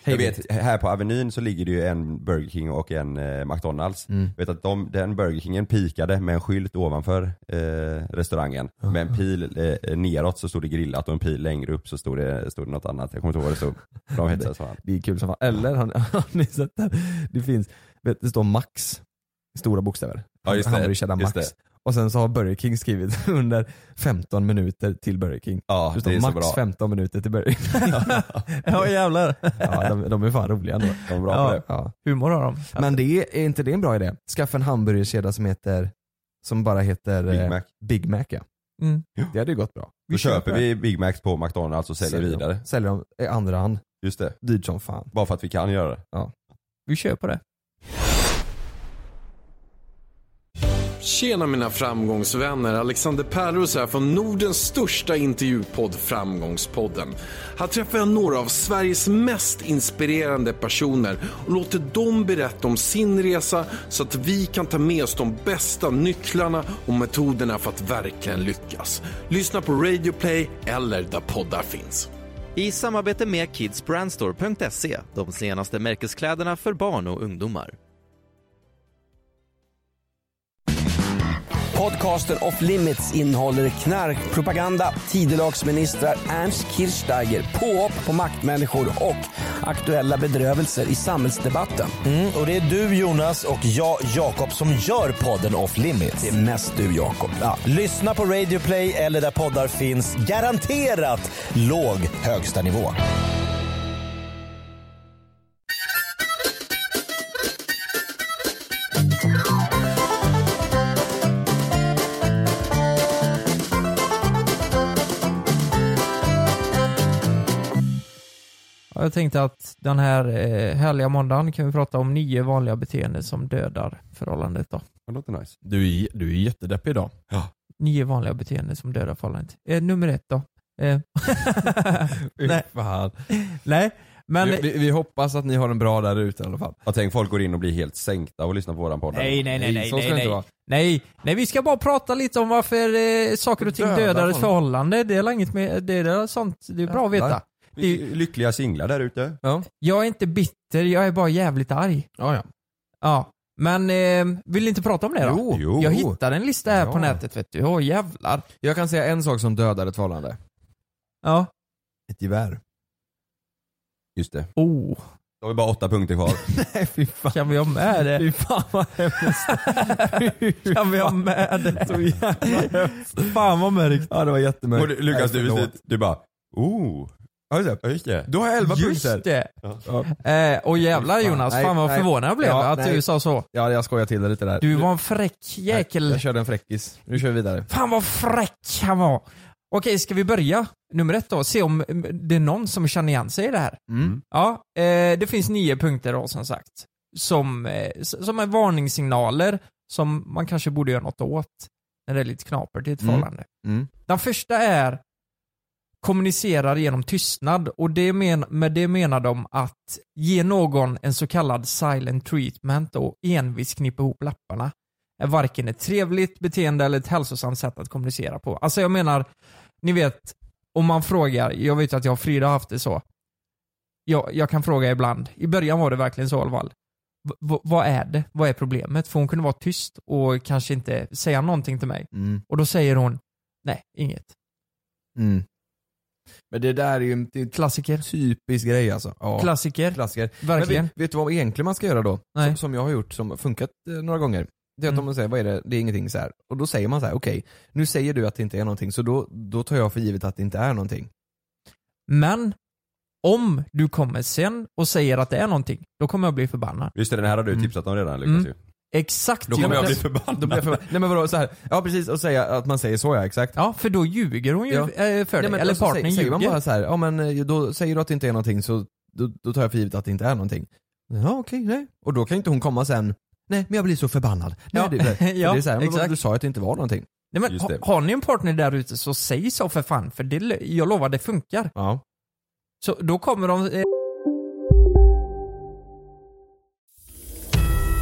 G: Jag vet, här på Avenyn så ligger det ju en Burger King och en eh, McDonalds.
F: Mm.
G: Jag vet att de, den Burger Kingen pikade med en skylt ovanför eh, restaurangen. Med en pil eh, neråt så stod det grillat och en pil längre upp så stod det, stod det något annat. Jag kommer inte ihåg vad det stod. De hette så här.
F: Det är kul som fan. Eller har ni, har ni sett det? Det finns, vet, det står Max i stora bokstäver.
G: Ja, just det.
F: Hamburgare Cheddar
G: Just
F: Max.
G: det.
F: Och sen så har Burger King skrivit under 15 minuter till Burger King.
G: Ja,
F: Det står
G: det är så
F: max
G: bra.
F: 15 minuter till Burger King.
E: Ja jävlar.
F: ja, de, de är fan roliga ändå.
G: De är bra på
F: Ja,
G: det.
F: ja.
E: Humor har de.
F: Men det är, är inte det en bra idé? Skaffa en hamburgerkedja som heter som bara heter eh,
G: Big Mac.
F: Big Mac ja.
E: Mm.
F: Det hade ju gått bra.
G: Då köper vi Big Macs på McDonalds och säljer vidare.
F: dem- Säljer dem i andra hand.
G: Just det.
F: Dyrt som fan.
G: Bara för att vi kan göra det.
E: Vi kör på det.
D: Tjena mina framgångsvänner, Alexander Pärros här från Nordens största intervjupodd Framgångspodden. Här träffar jag några av Sveriges mest inspirerande personer och låter dem berätta om sin resa så att vi kan ta med oss de bästa nycklarna och metoderna för att verkligen lyckas. Lyssna på Radio Play eller där poddar finns.
H: I samarbete med kidsbrandstore.se, de senaste märkeskläderna för barn och ungdomar.
I: Podcasten Off Limits innehåller knarkpropaganda, tidelagsministrar, Ernst Kirchsteiger, påhopp på maktmänniskor och aktuella bedrövelser i samhällsdebatten.
J: Mm, och det är du Jonas och jag Jakob som gör podden Off Limits. Det är
I: mest du Jakob.
J: Ja, lyssna på Radio Play eller där poddar finns. Garanterat låg högsta nivå.
E: Ja, jag tänkte att den här eh, härliga måndagen kan vi prata om nio vanliga beteenden som dödar förhållandet då.
G: Det låter nice.
F: Du är, du är jättedeppig idag.
E: Nio vanliga beteenden som dödar förhållandet. Eh, nummer ett då. Eh, nej,
F: Fan.
E: nej, men...
F: vi, vi, vi hoppas att ni har en bra där ute i alla fall.
G: Jag tänk folk går in och blir helt sänkta och lyssnar på våran podd.
E: Nej, nej, nej, nej,
F: så ska
E: nej,
F: det inte
E: nej.
F: vara.
E: nej, nej, vi ska bara prata lite om varför eh, saker och ting
F: Dödar
E: dödar ett
F: folk.
E: förhållande. Det är inget med, det är sånt, det är bra att veta.
G: Vi är lyckliga singlar där ute.
F: Ja.
E: Jag är inte bitter, jag är bara jävligt arg.
F: Ja, ja.
E: Ja, men eh, vill ni inte prata om det då?
G: Jo.
E: Jag hittade en lista här på
F: Ja.
E: nätet vet du. Åh jävlar.
F: Jag kan säga en sak som dödar ett förhållande.
E: Ja.
F: Ett gevär.
G: Just det.
E: Oh,
G: Då har vi bara åtta punkter kvar.
F: Nej fy fan.
E: kan vi ha med det?
F: Fy fan vad hemskt.
E: Kan vi ha med det? Fan vad mörkt.
F: Ja det var
G: Och
F: jättemörkt.
G: du, Lukas,
F: Nej,
G: du,
F: förlåt.
G: du, du bara oh. Ja just det. Ja, just det.
F: Då har jag elva
E: Just
F: punkter.
E: det.
F: Ja.
E: Eh, och jävlar
F: Fan,
E: Jonas,
F: nej,
E: fan vad
F: nej.
E: förvånad jag blev
F: Ja,
E: att du
F: nej.
E: sa så.
F: ja jag skojar till det lite där.
E: Du var en fräck
F: Nej,
E: jäkel.
F: Jag körde en fräckis. Nu kör vi vidare.
E: Fan vad fräck han var. Okej, ska vi börja? Nummer ett då, se om mm, det är någon som känner igen sig i det här.
F: Mm.
E: Ja, eh, det finns nio punkter då som sagt. Som, eh, s- som är varningssignaler som man kanske borde göra något åt när det är lite knapert i ett
F: Mm.
E: förhållande.
F: Mm.
E: Den första är kommunicerar genom tystnad och det men, med det menar de att ge någon en så kallad silent treatment och envis knippa ihop lapparna är varken ett trevligt beteende eller ett hälsosamt sätt att kommunicera på. Alltså jag menar, ni vet, om man frågar, jag vet ju att jag och Frida har haft det så. jag, jag kan fråga ibland, i början var det verkligen så i alla fall, v- v- vad är det? Vad är problemet? För hon kunde vara tyst och kanske inte säga någonting till mig.
F: Mm.
E: Och då säger hon, nej, inget.
F: Mm. Men det där är ju en det är en
E: Klassiker.
F: typisk grej alltså. Ja.
E: Klassiker.
F: Klassiker.
E: Verkligen.
F: Men vet, vet du vad egentligen man ska göra då?
E: Nej.
F: Som, som jag har gjort, som har funkat eh, några gånger. Det är att om man säger, vad är det, det är ingenting så här. Och då säger man så här: okej, nu säger du att det inte är någonting, så då, då tar jag för givet att det inte är någonting.
E: Men om du kommer sen och säger att det är någonting, då kommer jag bli förbannad.
G: Just det, den här har du tipsat om redan Lukas
E: Mm.
G: ju.
E: Exakt.
G: Då kommer
E: Jonas.
G: jag bli förbannad.
F: Då blir jag förbannad. Nej men vadå, så här. ja precis, och säga att man säger så ja, exakt.
E: Ja, för då ljuger hon ju eh, för dig, eller partnern
F: alltså, säger, säger man
E: ljuger.
F: bara så här, ja men eh, då säger du att det inte är någonting, så då, då tar jag för givet att det inte är någonting. Ja okej, nej. Och då kan inte hon komma sen, nej men jag blir så förbannad. Nej,
E: Ja.
F: det, det, för
E: Ja,
F: det är så här, men vad-
E: exakt.
F: du sa ju att det inte var någonting.
E: Nej, men, ha, har ni en partner där ute så säg så för fan, för det, lö- jag lovar det funkar.
F: Ja.
E: Så då kommer de... Eh,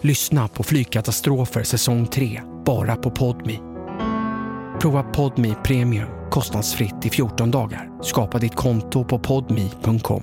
K: Lyssna på Flygkatastrofer säsong 3, bara på Podmi. Prova Podmi Premium kostnadsfritt i 14 dagar. Skapa ditt konto på podmi.com.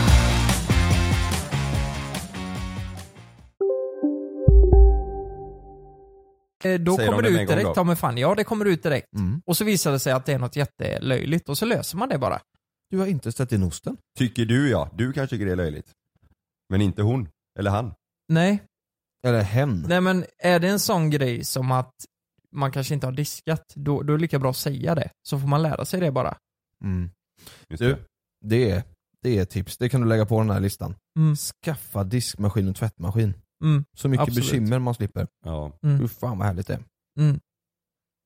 E: eh, då
F: Säger de
E: kommer
F: det
E: det
F: med en
E: ut
F: gång
E: direkt.
F: då?
E: Ja men fan, ja det kommer ut direkt.
F: Mm.
E: Och så visar det sig att det är något jättelöjligt och så löser man det bara.
F: Du har inte stött in osten?
G: Tycker du ja. Du kanske tycker det är löjligt. Men inte hon. Eller han.
E: Nej.
F: Eller hen.
E: Nej men är det en sån grej som att man kanske inte har diskat, då, då är det lika bra att säga det. Så får man lära sig det bara.
F: Mm. Du, det är, det är ett tips. Det kan du lägga på den här listan.
E: Mm.
F: Skaffa diskmaskin och tvättmaskin.
E: Mm.
F: Så mycket
E: Absolut.
F: bekymmer man slipper.
G: Ja.
E: Mm.
F: Hur fan vad härligt det är.
E: Mm.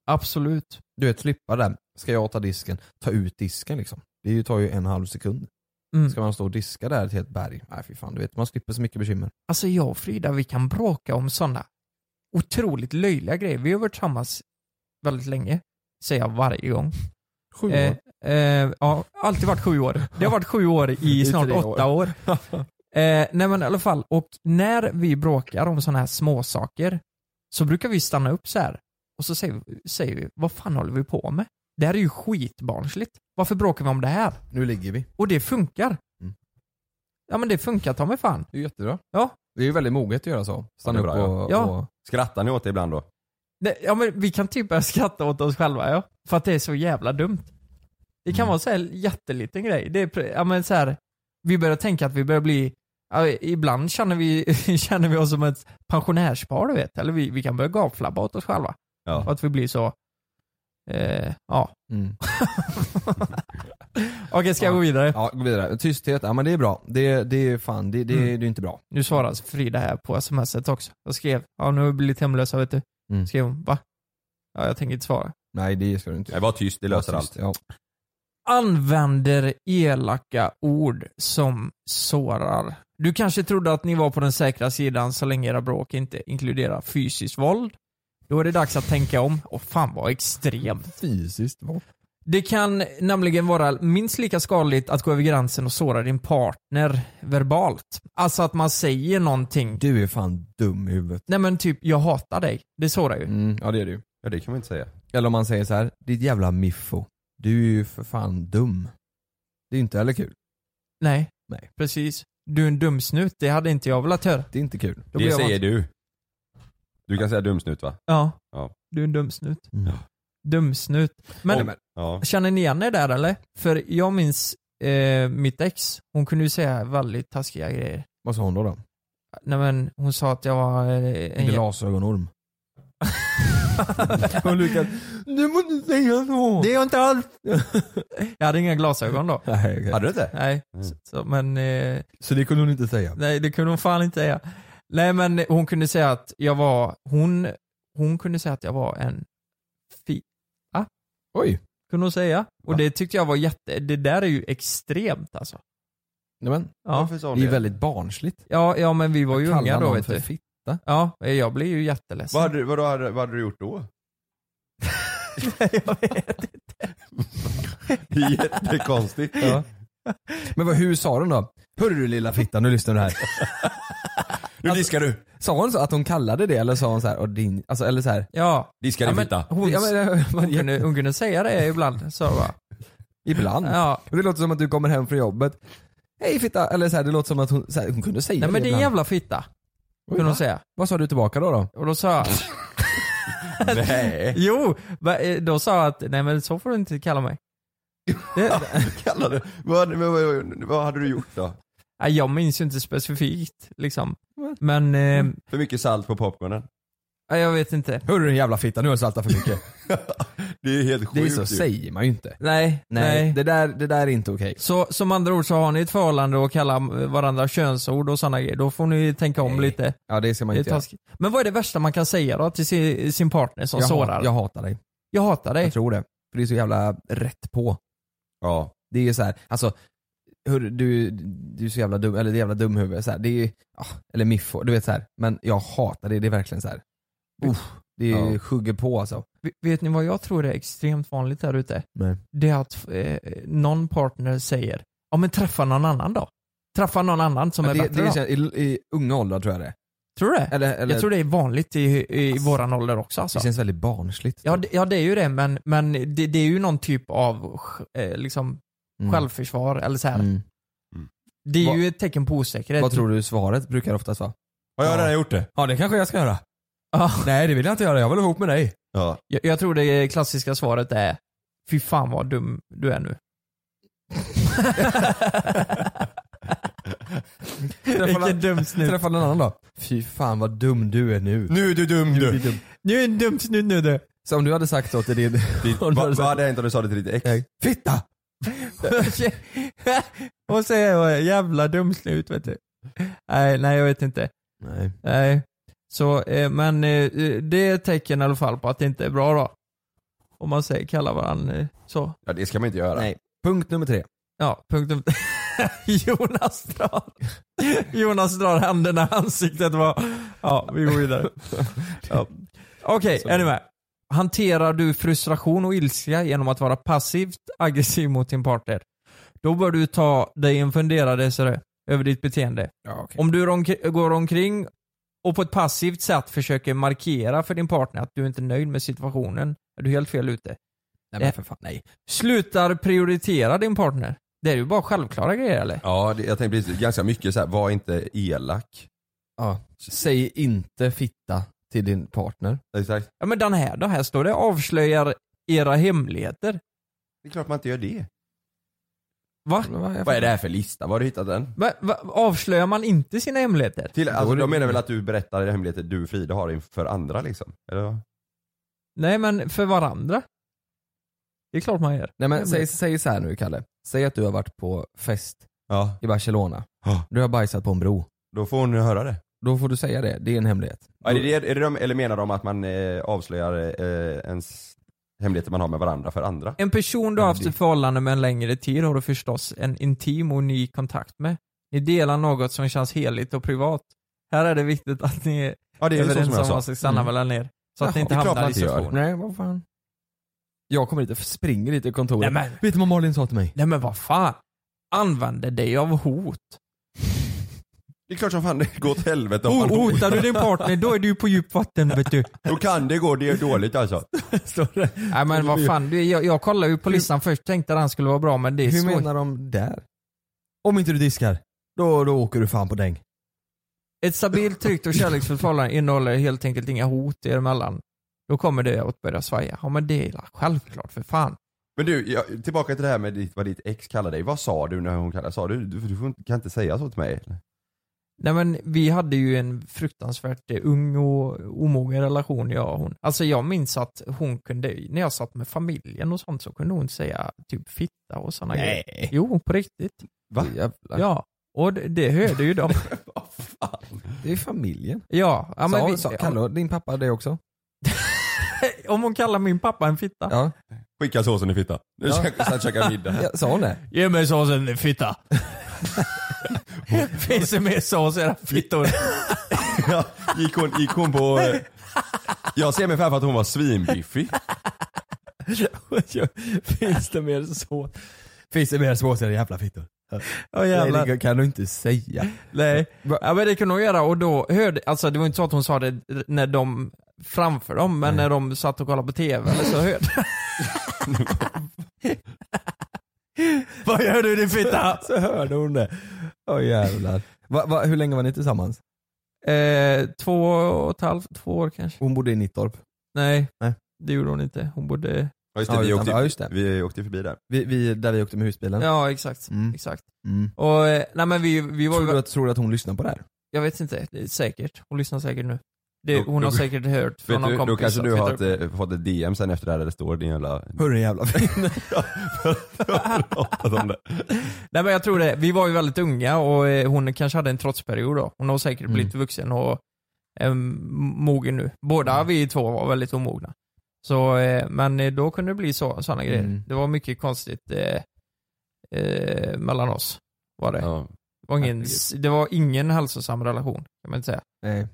E: Absolut.
F: Du vet, slippa den. Ska jag ta disken? Ta ut disken liksom. Det är ju- tar ju en halv sekund.
E: Mm.
F: Ska man stå och diska där till ett berg? Nej fy fan, du vet man slipper så mycket bekymmer.
E: Alltså jag och Frida, vi kan bråka om sådana otroligt löjliga grejer. Vi har varit tillsammans väldigt länge, säger jag varje gång.
F: Sju år.
E: Eh, eh, ja, alltid varit sju år. Det har varit sju år i
F: I
E: snart
F: tre år.
E: åtta år. Eh, nej men i alla fall, och när vi bråkar om sådana här småsaker så brukar vi stanna upp så här och så säger, vi- säger vi, vad fan håller vi på med? Det här är ju skitbarnsligt. Varför bråkar vi om det här?
F: Nu ligger vi. Mm.
E: Och det funkar. Ja men det funkar ta mig fan.
F: Det är jättebra.
E: Ja.
F: Det är ju väldigt moget att göra så. Stanna
G: Ja, det är
F: upp
G: bra,
F: och...
E: ja. Ja.
F: och...
G: Skrattar ni åt det ibland då?
E: Nej, ja men vi kan typ börja skratta åt oss själva ja. För att det är så jävla dumt. Det
F: Mm.
E: kan vara så här jätteliten grej. Det är, pre- ja men så här, vi börjar tänka att vi börjar bli, ja, ibland känner vi, känner vi oss som ett pensionärspar du vet. Eller vi, vi kan börja gapflabba åt oss själva.
G: Ja.
E: Och att vi blir så, eh, ja.
F: Mm.
E: Okej, ska jag gå vidare?
F: Ja, gå vidare. Tysthet, ja men det är bra. Det, det är fan, det, det,
E: Mm.
F: det är ju inte bra.
E: Nu svarar Frida här på smset också. Jag skrev, ja nu har vi blivit hemlösa vet du.
F: Mm.
E: Skrev hon, va? Ja jag tänker inte svara.
F: Nej det ska du inte
G: Nej, var tyst. Det löser allt.
F: Ja.
E: använder elaka ord som sårar. Du kanske trodde att ni var på den säkra sidan så länge era bråk inte inkluderar fysiskt våld. Då är det dags att tänka om. Och fan vad extremt.
F: Fysiskt våld?
E: Det kan nämligen vara minst lika skadligt att gå över gränsen och såra din partner verbalt. Alltså att man säger någonting.
F: Du är fan dum i huvudet.
E: Nej men typ, jag hatar dig. Det sårar ju.
F: Mm, ja det är det ju.
G: Ja det kan man inte säga.
F: Eller om man säger så här, ditt jävla miffo. Du är ju för fan dum. Det är ju inte heller kul.
E: Nej. Nej. Precis. Du är en dum snut, det hade inte jag velat höra.
F: Det är inte kul.
G: det säger du. Du kan säga dumsnut va?
E: Ja.
G: Ja.
E: Du är en dumsnut. Dumsnut. Men,
G: Om- ja.
E: känner ni igen er där eller? För jag minns eh, mitt ex, hon kunde ju säga väldigt taskiga grejer.
F: Vad sa hon då? då?
E: Nej men hon sa att jag var eh, en...
F: En glasögonorm. Och Lukas, du måste inte säga så.
E: Det är jag inte alls. jag hade inga glasögon då.
F: Nej, okej. Hade du inte?
E: Nej. Så- Så, men, eh,
F: Så det kunde hon inte säga.
E: nej det kunde hon fan inte säga. Nej men hon kunde säga att jag var, hon, hon kunde säga att jag var en fia.
F: Oj.
E: Kunde hon säga. Och det tyckte jag var jätte, det där är ju extremt alltså.
F: Nej, men,
E: Ja.
F: Det är ju väldigt barnsligt.
E: Ja, ja men vi var ju
F: Kalla
E: unga då
F: någon
E: vet
F: för
E: du.
F: fitta.
E: Ja, jag blev ju jätteledsen.
G: Vad hade, du- vadå, hade, vad hade du gjort då? jag vet inte. Jättekonstigt.
F: Ja. Men vad, hur sa hon då? Hörru du lilla fitta, nu lyssnar du här. nu diskar du. Sa hon så att hon kallade det eller sa hon så här, och din, alltså, eller så här.
E: Ja.
F: Diskar
E: ja, men Hon,
F: ja, men,
E: hon, kunde, hon kunde säga det ibland, sa jag bara.
F: ibland.
E: Ja.
F: Och det låter som att du kommer hem från jobbet. Hej fitta, eller så här, det låter som att hon, så här, hon kunde säga
E: Nej men
F: det
E: din
F: ibland.
E: jävla fitta. Kunde hon säga.
F: Vad sa du tillbaka då? då?
E: Och då sa jag...
G: Nej.
E: Jo, va- eh, då sa jag att nej men så får du inte kalla mig. Det,
G: Kallade, vad, vad, vad, vad hade du gjort då?
E: Nej, jag minns ju inte specifikt liksom. Men eh,
F: Mm.
G: För mycket salt på popcornen.
E: nej, jag vet inte.
F: Hörru din jävla fitta, nu har jag saltat för mycket.
G: Det är helt sjukt
F: det är så
G: ju.
F: säger man ju inte.
E: Nej,
F: Nej,
E: nej.
F: Det, där, det där är inte okej.
E: Så som andra ord så har ni ett förhållande och kallar varandra könsord och sådana grejer. Då får ni tänka om lite.
F: Ja det ska man
E: Det är
F: inte göra.
E: taskigt. Men vad är det värsta man kan säga då till sin, sin partner som
F: jag, hat-
E: sårar?
F: jag hatar dig.
E: Jag hatar dig.
F: Jag tror det. För det är så jävla rätt på.
G: Ja.
F: Det är ju så här, alltså, hur, du, du är så jävla dum, eller det jävla dumhuvud. Så här, det är ju, ah, eller miffo, du vet så här. Men jag hatar det, det är verkligen så här. Uff, det är
E: Ja.
F: ju hugger på alltså.
E: V- Vet ni vad jag tror är extremt vanligt där ute?
F: Nej.
E: Det är att eh, någon partner säger ja men träffa någon annan då. Träffa någon annan som
F: Ja,
E: är
F: det,
E: bättre
F: det är
E: då.
F: så här, i, I unga åldrar tror jag det är.
E: Tror du det?
F: Eller, eller,
E: Jag tror det är vanligt i, i våran ålder också alltså.
F: det känns väldigt barnsligt.
E: Ja det, ja det är ju det men, men det, det är ju någon typ av eh, liksom
F: Mm.
E: självförsvar eller så här.
F: Mm.
E: Det är
F: Vad-
E: ju ett tecken på osäkerhet.
F: Vad tror du svaret brukar oftast vara?
G: Har jag redan gjort det?
F: Ja det kanske jag ska göra.
E: Ja.
F: Nej det vill jag inte göra, jag vill vara ihop med dig.
G: Ja.
E: Jag, jag tror det klassiska svaret är Fy fan vad dum du är nu. Vilken dum snut.
F: Träffa någon annan då. Fy fan vad dum du är nu.
G: Nu är du dum
F: du.
G: du.
E: Du är en dum snut nu du.
F: Så om du hade sagt så till din...
G: Vad vad hade hänt om du sa det till ditt ex?
F: Fitta!
E: Och säger jag jävla dum snut vet du. Nej, nej jag vet inte.
F: Nej.
E: Nej. Så, eh, men eh, det är ett tecken i alla fall på att det inte är bra då. Om man säger, kallar varandra eh, så.
G: Ja det ska man inte göra.
F: Nej. Punkt nummer tre.
E: Ja, punkt nummer Jonas drar, Jonas drar händerna i ansiktet. Var, ja, vi går vidare. Ja. Okej, är ni med? Hanterar du frustration och ilska genom att vara passivt aggressiv mot din partner? Då bör du ta dig en funderare Sverre, över ditt beteende. Om du ronk- går omkring och på ett passivt sätt försöker markera för din partner att du inte är nöjd med situationen, är du helt fel ute.
F: Nej men för fan, nej.
E: Slutar prioritera din partner. Det är ju bara självklara grejer eller?
G: Ja det, jag tänkte precis, ganska mycket så här, var inte elak.
F: Ja. Säg inte fitta till din partner.
G: Exakt.
E: Ja men den här då, här står det avslöjar era hemligheter.
G: Det är klart man inte gör det.
E: Va?
G: Vad är det här för lista? Var har du hittat den?
E: Va, va, avslöjar man inte sina hemligheter?
G: Till, alltså,
E: Då-
G: de menar väl att du berättar hemligheter du och Frida har inför andra liksom? Eller?
E: Nej men för varandra. Det är klart man gör.
F: Nej men säg, säg så här nu Kalle. Säg att du har varit på fest
G: Ja.
F: i Barcelona.
G: Ja.
F: Du har bajsat på en bro.
G: Då får hon höra det.
F: Då får du säga det, det är en hemlighet.
G: Ja, är det, är det de, eller menar de att man eh, avslöjar eh, ens hemligheter man har med varandra för andra?
E: En person du har haft ett förhållande med en längre tid har du förstås en intim och ny kontakt med. Ni delar något som känns heligt och privat. Här är det viktigt att ni är
G: Ja det är väl så som
E: överens
G: jag
E: om
G: sa.
E: vad som stannar mellan er. Så att
F: Jaha,
E: ni inte
F: det är klart
E: hamnar
F: man
E: i
F: inte gör.
E: situation.
F: Mm. Nej vad fan. Jag kommer dit och springer dit i kontoret.
E: Nej, men-
F: Vet du vad Malin sa till mig?
E: Nej men vad fan. Använder dig av hot.
G: Det är klart som fan det går åt helvete om
F: Oh,
E: Ho-
G: man då-
E: Hotar du din partner då är du på djupt vatten vet du.
G: Då kan det gå, det är dåligt alltså.
E: Nej men vad fan, du, jag, jag kollade ju på listan först tänkte att han skulle vara bra men det är
F: Hur
E: svårt.
F: menar de där? Om inte du diskar, då, då åker du fan på däng.
E: Ett stabilt, tryggt och kärleksfullt förhållande innehåller helt enkelt inga hot er emellan. Då kommer det att börja svaja. Ja men det är självklart för fan.
G: Men du, jag, tillbaka till det här med ditt, vad ditt ex kallar dig. Vad sa du när hon kallade Sa du, du, du får inte- kan inte säga så till mig? eller?
E: Nej men vi hade ju en fruktansvärt eh, ung och omogen relation jag och hon. Alltså jag minns att hon kunde, när jag satt med familjen och sånt så kunde hon säga typ fitta och sådana
G: Nej.
E: grejer. Jo, på riktigt.
G: Va?
E: Ja, och det, det hörde ju de.
F: Det är familjen.
E: Ja, ja, men
F: sa,
E: vi-
F: sa, kallar din pappa det också?
E: Om hon kallar min pappa en fitta?
F: Ja.
G: Skicka såsen i fitta. Nu
F: Ja.
G: ska jag snart käka middag.
F: Ja, sa hon det?
E: Ge mig såsen i fitta. Finns det mer sås i era fittor?
G: ja, gick, hon, gick hon på... eh, Jag ser mig framför att hon var svinbiffig.
F: Finns det mer så? Finns det mer sås än jävla fittor?
E: Ja, jävlar.
F: Nej, det kan du inte säga.
E: Nej, ja, men det kunde hon göra och då hörde, alltså det var inte så att hon sa det när de framför dem, men när de satt och kollade på TV eller så hörde Vad gör du din fitta?
F: Så hörde hon det. Åh jävlar. Va, va, hur länge var ni tillsammans?
E: eh, Två och ett halvt, två år kanske.
F: Hon bodde i Nittorp.
E: Nej, det gjorde hon inte. Hon bodde...
G: Ja, just det, vi, åkte,
F: ja, just det.
G: vi åkte förbi där.
F: Vi, vi, där vi åkte med husbilen.
E: Ja, exakt. exakt.
F: Mm.
E: Och, eh, nej men vi, vi var
F: Tror, du
E: ju...
F: att, tror du att hon lyssnar på det här?
E: Jag vet inte, det är säkert. Hon lyssnar säkert nu. Det,
G: Då-
E: hon har
G: då-
E: säkert hört från
G: Vet
E: någon
G: du,
E: kompis.
G: då kanske
E: att
G: du
E: vi
G: har
E: tar-
G: ett, eh, fått ett DM sen efter det här där det står din jävla...
F: Hörru jävla finne.
G: pratat om det.
E: Nej men jag tror det. Vi var ju väldigt unga och eh, hon kanske hade en trotsperiod då. Hon har säkert
F: Mm.
E: blivit vuxen och eh, mogen nu. Båda
G: Mm.
E: vi två var väldigt omogna. Så, eh, men eh, då kunde det bli så, sådana grejer.
F: Mm.
E: Det var mycket konstigt eh, eh, mellan oss. Var det.
G: Ja.
E: Det, var ingen, det var ingen hälsosam relation, kan man inte säga.
F: Nej.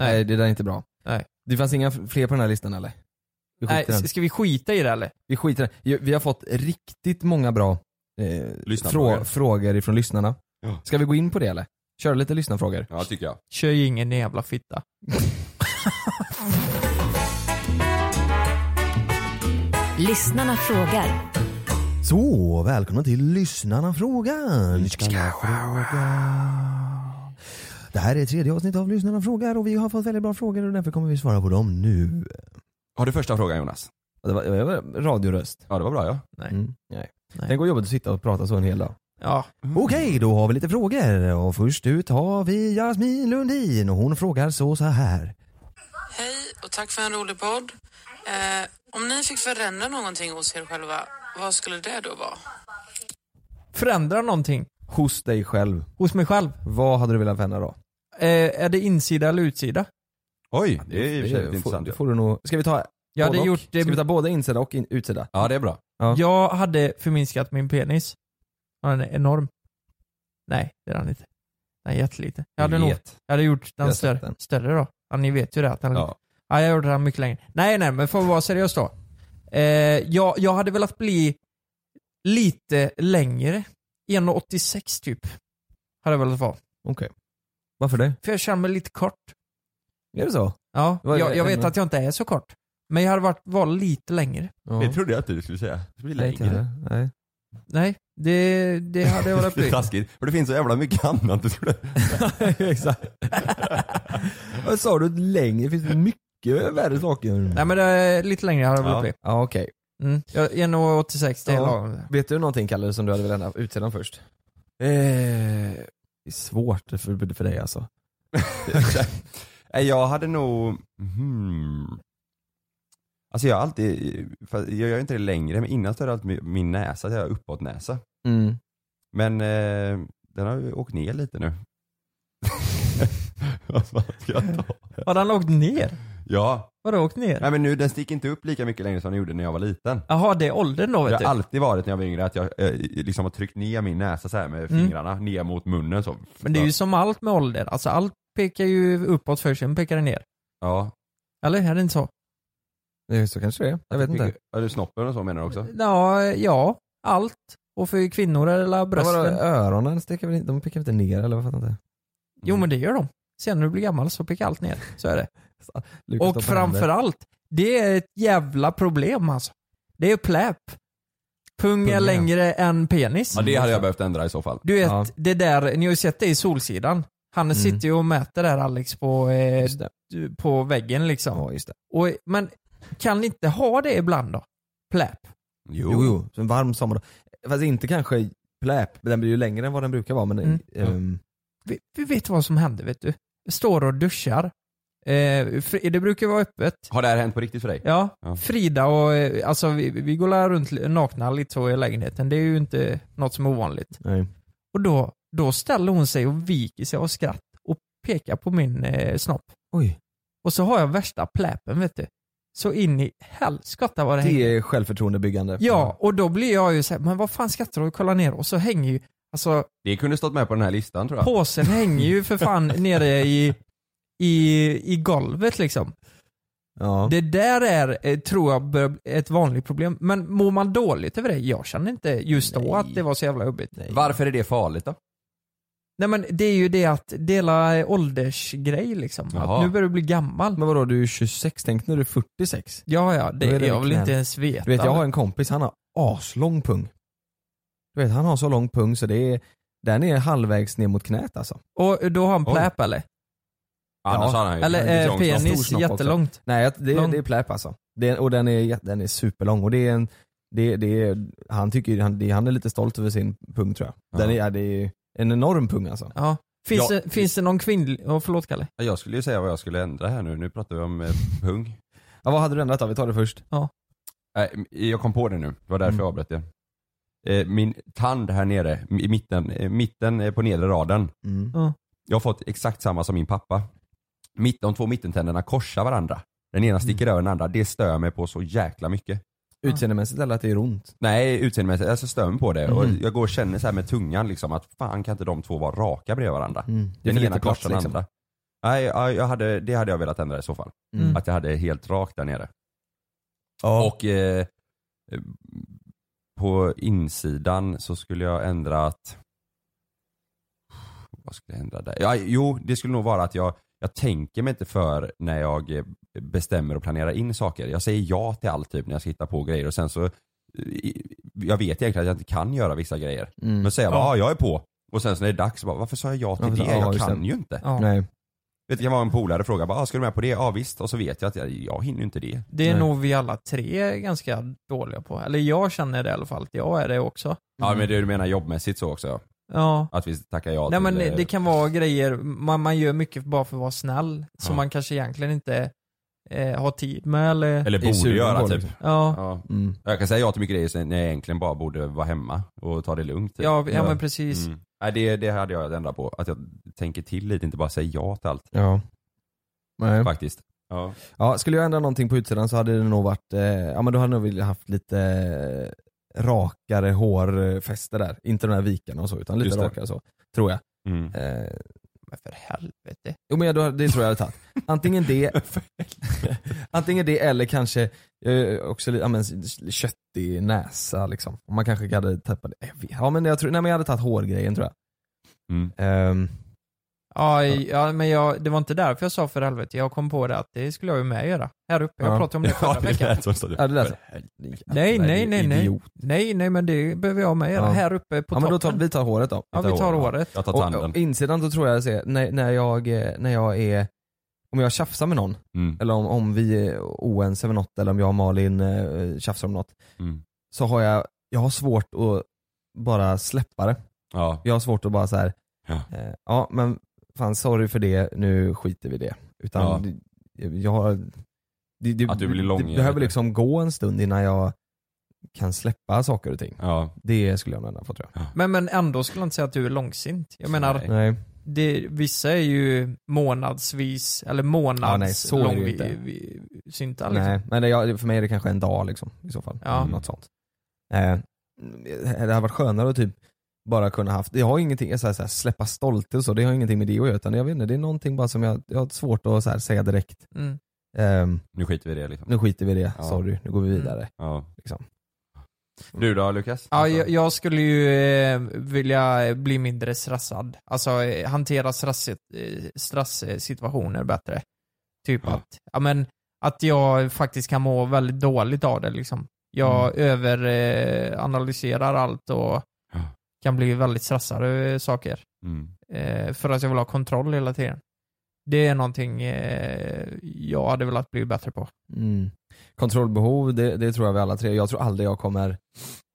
F: Nej, det där är inte bra.
E: Nej.
F: Det fanns inga fler på den här listan eller? Vi skiter
E: Nej,
F: i den.
E: s- ska vi skita i det eller?
F: Vi skiter i den. Ju- Vi har fått riktigt många bra eh,
G: Lyssnarfrågor.
F: frå- frågor ifrån lyssnarna.
G: Ja.
F: Ska vi gå in på det eller? Köra lite lyssnarfrågor.
G: Ja, tycker jag.
E: Kör ju ingen jävla fitta.
L: Lyssnarna frågar.
F: Så, välkomna till lyssnarna frågan. Det här är tredje avsnittet av lyssnarna frågar och vi har fått väldigt bra frågor och därför kommer vi svara på dem nu.
G: Har du första frågan Jonas?
F: Det var, det var radioröst.
G: Ja det var bra ja.
E: Nej.
F: Mm, nej. Tänk vad jobbigt att sitta och prata så en hel dag.
E: Ja.
G: Mm.
F: Okej, då har vi lite frågor och först ut har vi Jasmin Lundin och hon frågar så, så här.
M: Hej och tack för en rolig podd. Eh, om ni fick förändra någonting hos er själva, vad skulle det då vara?
E: Förändra någonting
F: Hos dig själv,
E: hos mig själv.
F: vad hade du velat förändra då?
E: Eh, är det insida eller utsida?
G: Oj, det är i och för sig
F: Det
G: lite
F: får-
G: intressant.
F: det får du nog, ska vi ta
E: Jag hade
F: både och?
E: gjort det-
F: Ska vi ta både insida och in, utsida?
G: Ja det är bra.
F: Ja.
E: Jag hade förminskat min penis. Ja, Den är enorm. Nej, det är den inte. Den är jätteliten. Jag hade,
F: Jag
E: nog,
F: vet.
E: jag hade gjort
F: Jag har
E: den
F: sett
E: större,
F: den.
E: större då. Ja, ni vet ju det. Att den,
F: Ja.
E: ja. jag gjorde den mycket längre. Nej, nej, men för att vara seriös då. Eh, jag, jag hade velat bli lite längre. 1,86 typ. Hade jag velat vara.
F: Okej. Varför det?
E: För jag känner mig lite kort.
F: Är det så?
E: Ja,
F: Vad är
E: jag,
F: det?
E: jag vet att jag inte är så kort. Men jag hade varit, varit lite längre.
G: Det trodde jag inte du skulle säga. Det blir
F: Nej, inte
G: längre.
F: jag. Nej.
E: Nej, det, det hade jag velat
G: Det är
E: bli.
G: taskigt. För det finns så jävla mycket annat du skulle...
F: Exakt. Vad sa du? Längre? Finns det mycket värre saker?
E: Nej men det är lite längre hade jag velat bli.
F: Ja, okej.
E: Mm. Jag- 1,86 det är
F: Ja.
E: lagom.
F: Vet du någonting Kalle som du hade velat ändra utsidan först?
G: Eh,
F: Det är svårt för, för dig alltså.
G: Nej Eh, jag hade nog... Hmm. Alltså jag har alltid, fast jag gör inte det längre, men innan så hade jag alltid min- min näsa, jag har uppåt näsa.
F: Mm.
G: Men eh, den har ju åkt ner lite nu. Vad fan ska jag ta?
E: Har den åkt ner?
G: Ja,
E: Vadå åkt ner?
G: nej men nu den sticker inte upp lika mycket längre som den gjorde när jag var liten.
E: Jaha, det är åldern då
G: Det
E: vet
G: har
E: du?
F: typ.
G: alltid varit när jag var yngre att jag eh, liksom har tryckt ner min näsa så här med
F: Mm.
G: fingrarna ner mot munnen så.
E: Men det är ju som allt med ålder. Alltså allt pekar ju uppåt först, sen pekar det ner.
G: Ja.
E: Eller? Är det inte så?
F: Det är så kanske det är. Jag vet inte.
G: Är det snoppen och så menar du också?
E: Ja, ja allt. Och för kvinnor är det la
F: Brösten.
E: brösten.
F: Öronen sticker väl inte, de pekar väl inte ner eller vad fattar inte.
E: Jo men det gör de. Sen när du blir gammal så pekar allt ner. Så är det.
F: Lukas
E: Och
F: stoppar handen.
E: framförallt, det är ett jävla problem alltså. Det är pläp. Pung är
G: Pung, ja.
E: längre än penis.
G: Ja, det hade jag behövt ändra i så fall.
E: Du vet, det där, ni har ju sett det i Solsidan. Han
G: Mm.
E: sitter ju och mäter där Alex på, eh, du- på väggen liksom. Och, men kan ni inte ha det ibland då? Pläp.
F: Jo. jo, Så en varm sommardag. Fast inte kanske pläp, men den blir ju längre än vad den brukar vara. Men,
E: Mm.
F: ehm,
E: Vi, vi vet vad som hände vet du. Jag står och duschar. Eh, fri, det brukar vara öppet.
G: Har det här hänt på riktigt för dig?
E: Ja,
G: Ja.
E: Frida och eh, alltså vi, vi går där runt li- nakna lite så i lägenheten. Det är ju inte något som är ovanligt.
F: Nej.
E: Och då, då ställer hon sig och viker sig av skratt och pekar på min eh, snopp.
F: Oj.
E: Och så har jag värsta pläpen vet du. Så in i helskotta vad det hänger.
F: Det är självförtroendebyggande.
E: Ja, och då blir jag ju såhär, men vad fan skrattar du och kollar ner? Och så hänger ju, alltså
G: Det kunde stått med på den här listan tror jag.
E: Påsen hänger ju för fan nere i, i, i golvet liksom. Det där är, eh, tror jag, bör- ett vanligt problem. Men mår man dåligt över det? Jag känner inte just då att det var så jävla jobbigt. Nej.
G: Varför är det farligt då?
E: men det är ju det att dela eh, åldersgrej liksom. Att
F: Jaha.
E: nu börjar du bli gammal.
F: Men vadå, du är 26, tänk när du är 46.
E: Ja, ja,
F: Då
E: det,
F: är
E: jag
F: riktigt
E: vill inte
F: knäll.
E: ens veta.
F: Du vet jag har en kompis, han har aslång pung. Du vet han har så lång pung så det är, den är halvvägs ner mot knät alltså.
E: Och eh, då har han pläp eller?
F: Ja.
E: Eller eh,
F: Lång snopp. Stor
E: penis,
F: snopp också.
E: jättelångt.
F: Nej, jag- det,
E: Lång.
F: det är pläp alltså. Det, är- och den är, jätte- den är superlång och det är en, det, det är, han tycker, han, det, han är lite stolt över sin pung tror jag. Den är, ja, det är en enorm pung alltså.
E: Ja. Finns,
F: Ja.
E: det, finns det någon kvinnlig, oh, förlåt Kalle.
G: Ja, Jag skulle ju säga vad jag skulle ändra här nu. Nu pratar vi om eh, pung.
F: Ja, vad hade du ändrat då? Vi tar det först.
E: Ja.
G: Nej, jag kom på det nu. Det var därför
F: Mm.
G: jag avbröt er. Eh, Min tand här nere, i mitten, eh, mitten eh, på nedre raden.
F: Mm.
E: Ja.
G: Jag har fått exakt samma som min pappa. Mitt, de två mittentänderna korsar varandra. Den ena sticker över den andra. Det stör mig på så jäkla mycket.
F: Utseendemässigt eller att det är ont?
G: Nej, utseendemässigt. Alltså stör mig på det.
F: Mhm.
G: Och jag går och känner så här med tungan liksom att fan kan inte de två vara raka bredvid varandra?
F: Mm. Det är
G: Den
F: för
G: ena
F: lite plats,
G: korsar den
F: liksom.
G: andra. Nej, jag jag hade, det hade jag velat ändra i så fall.
F: Mm.
G: Att jag hade helt rakt där nere. Och eh, eh, på insidan så skulle jag ändra att... Vad skulle jag ändra där? Ja, jo, det skulle nog vara att jag, jag tänker mig inte för när jag eh, bestämmer och planerar in saker. Jag säger ja till allt typ när jag ska hitta på grejer och sen så eh, i- jag vet egentligen att jag inte kan göra vissa grejer.
F: Mm.
G: Men säger jag bara,
F: Ja.
G: ja. ah, jag är på. Och sen så när det är dags, så bara, varför sa jag ja till
F: Ja,
G: det?
F: för- ja,
G: jag
F: just
G: kan
F: det.
G: ju inte.
F: Ja. Nej.
G: Vet, du, det kan vara en polare fråga, bara, ah, ska du med på det? Ja visst. Och så vet jag att jag, jag hinner ju inte det.
E: Det är nog vi alla tre ganska dåliga på. Eller jag känner det i alla fall, att jag är det också.
F: Mm.
G: Ja men det du menar jobbmässigt så också ja.
E: Ja.
G: Att vi tackar ja
E: Nej
G: till
E: men
G: eh,
E: det kan vara grejer, man, man gör mycket bara för att vara snäll, som
G: Ja.
E: man kanske egentligen inte eh, har tid med eller...
G: Eller borde göra typ.
E: Ja.
F: liksom. Mm.
G: Jag kan säga ja till mycket grejer sen när jag egentligen bara borde vara hemma och ta det lugnt. Typ.
E: Ja, ja, men precis.
G: Mm. Nej, det, det hade jag ändrat på. Att jag tänker till lite, inte bara säger ja till allt.
F: Ja. Nej.
G: Faktiskt. Ja.
F: Ja, skulle jag ändra någonting på utsidan så hade det nog varit, eh, ja men då hade jag nog velat haft lite eh, rakare hårfäste där. Inte de här vikarna och så utan
G: Just
F: lite
G: det.
F: rakare så, tror jag.
G: Mm.
F: Eh,
E: Men för helvete.
F: Jo men jag, då- det tror jag jag hade tagit. Antingen det, antingen det eller kanske eh, också li- ja, men, köttig näsa liksom. Och Man kanske hade tappat det. Jag vet- Ja men jag, tror, nej, men jag hade tagit hårgrejen tror jag.
E: Mm.
F: Ehm,
E: Ja, i- ja men jag, det var inte därför jag sa för helvete, jag kom på det att det skulle jag ju med göra. Här uppe, jag
F: Ja.
E: pratade om det
F: Ja, det
E: förra veckan.
F: lät som- Ja, det lät så.
E: Nej, nej, nej, nej.
F: Idiot.
E: Nej, nej men det behöver jag med göra.
F: Ja.
E: Här uppe på
F: ja, men då
E: toppen.
F: tar, vi tar håret då.
E: Ja, vi tar håret.
G: Jag tar
F: Och,
G: tanden.
F: och insidan då tror jag ser, när, när, jag, eh, när jag är, om jag tjafsar med någon,
G: Mm.
F: eller om, om vi eh, är oense med något, eller om jag och Malin eh, tjafsar om något,
G: Mm.
F: så har jag, jag har svårt att bara släppa det.
G: Ja.
F: Jag har svårt att bara så här,
G: Ja.
F: eh, ja men fan sorry för det, nu skiter vi i det. Utan
G: Ja.
F: det- jag har, det, det,
G: Att du blir
F: det
G: lång-
F: behöver liksom gå en stund innan jag kan släppa saker och ting.
G: Ja.
F: Det skulle jag nog ändra på tror jag.
E: Men, men ändå skulle jag inte säga att du är långsint. Jag menar,
F: Nej.
E: det, vissa är ju månadsvis, eller
F: Ja, nej,
E: månads
F: så är det ju inte.
E: synta
F: Nej,
E: liksom.
F: men det, jag, för mig är det kanske en dag liksom i så fall.
E: Ja. Mm.
F: Eller Något sånt. Eh, det hade varit skönare att typ bara kunna haft, jag har ingenting, jag säger så här, släppa stolthet och så, det har ingenting med det att göra utan jag vet inte, det är någonting bara som jag, jag har svårt att så här, säga direkt.
E: Mm.
F: Ehm,
G: Nu skiter vi i det liksom.
F: nu skiter vi i det,
G: Ja. Mm.
F: sorry, nu går vi vidare.
G: Ja.
F: Liksom.
G: Du då Lukas?
E: Ja, jag, jag skulle ju eh, vilja bli mindre stressad. Alltså eh, hantera stress, eh, stresssituationer bättre. Typ att, ja men, att jag faktiskt kan må väldigt dåligt av det liksom. Jag
G: Mm.
E: överanalyserar eh, analyserar allt och kan bli väldigt stressad över saker.
G: Mm.
E: Eh, för att jag vill ha kontroll hela tiden. Det är någonting eh, jag hade velat bli bättre på.
F: Mm. Kontrollbehov, det, det tror jag vi alla tre. Jag tror aldrig jag kommer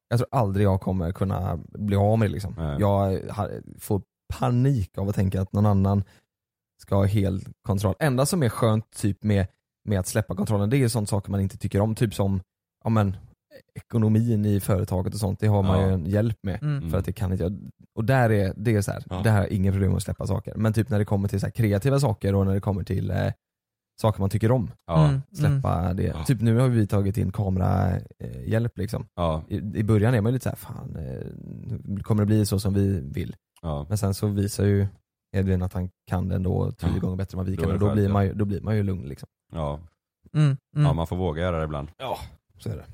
F: Jag tror aldrig jag kommer kunna bli av med det liksom. Jag har, får panik av att tänka att någon annan ska ha hel kontroll. enda som är skönt typ med, med att släppa kontrollen det är sånt saker man inte tycker om. Typ som ja, men, ekonomin i företaget och sånt. Det har man
G: Ja.
F: ju en hjälp med.
G: Mm.
F: För att det kan inte jag. Och där är det är så här, det här är inga problem att släppa saker. Men typ när det kommer till så här kreativa saker och när det kommer till eh, saker man tycker om.
G: Ja. Mm,
F: Släppa det. Typ nu har vi tagit in kamerahjälp liksom. I, I början är man ju lite så här, fan eh, kommer det bli så som vi vill? Men sen så visar ju Edvin att han kan det ändå tio gånger bättre än vad vi
G: Då
F: kan
G: är
F: och
G: det
F: då blir,
G: skönt,
F: man ju, då blir man ju lugn liksom.
G: Ja.
E: Mm, mm.
G: ja, man får våga göra det ibland.
F: Ja, så är det.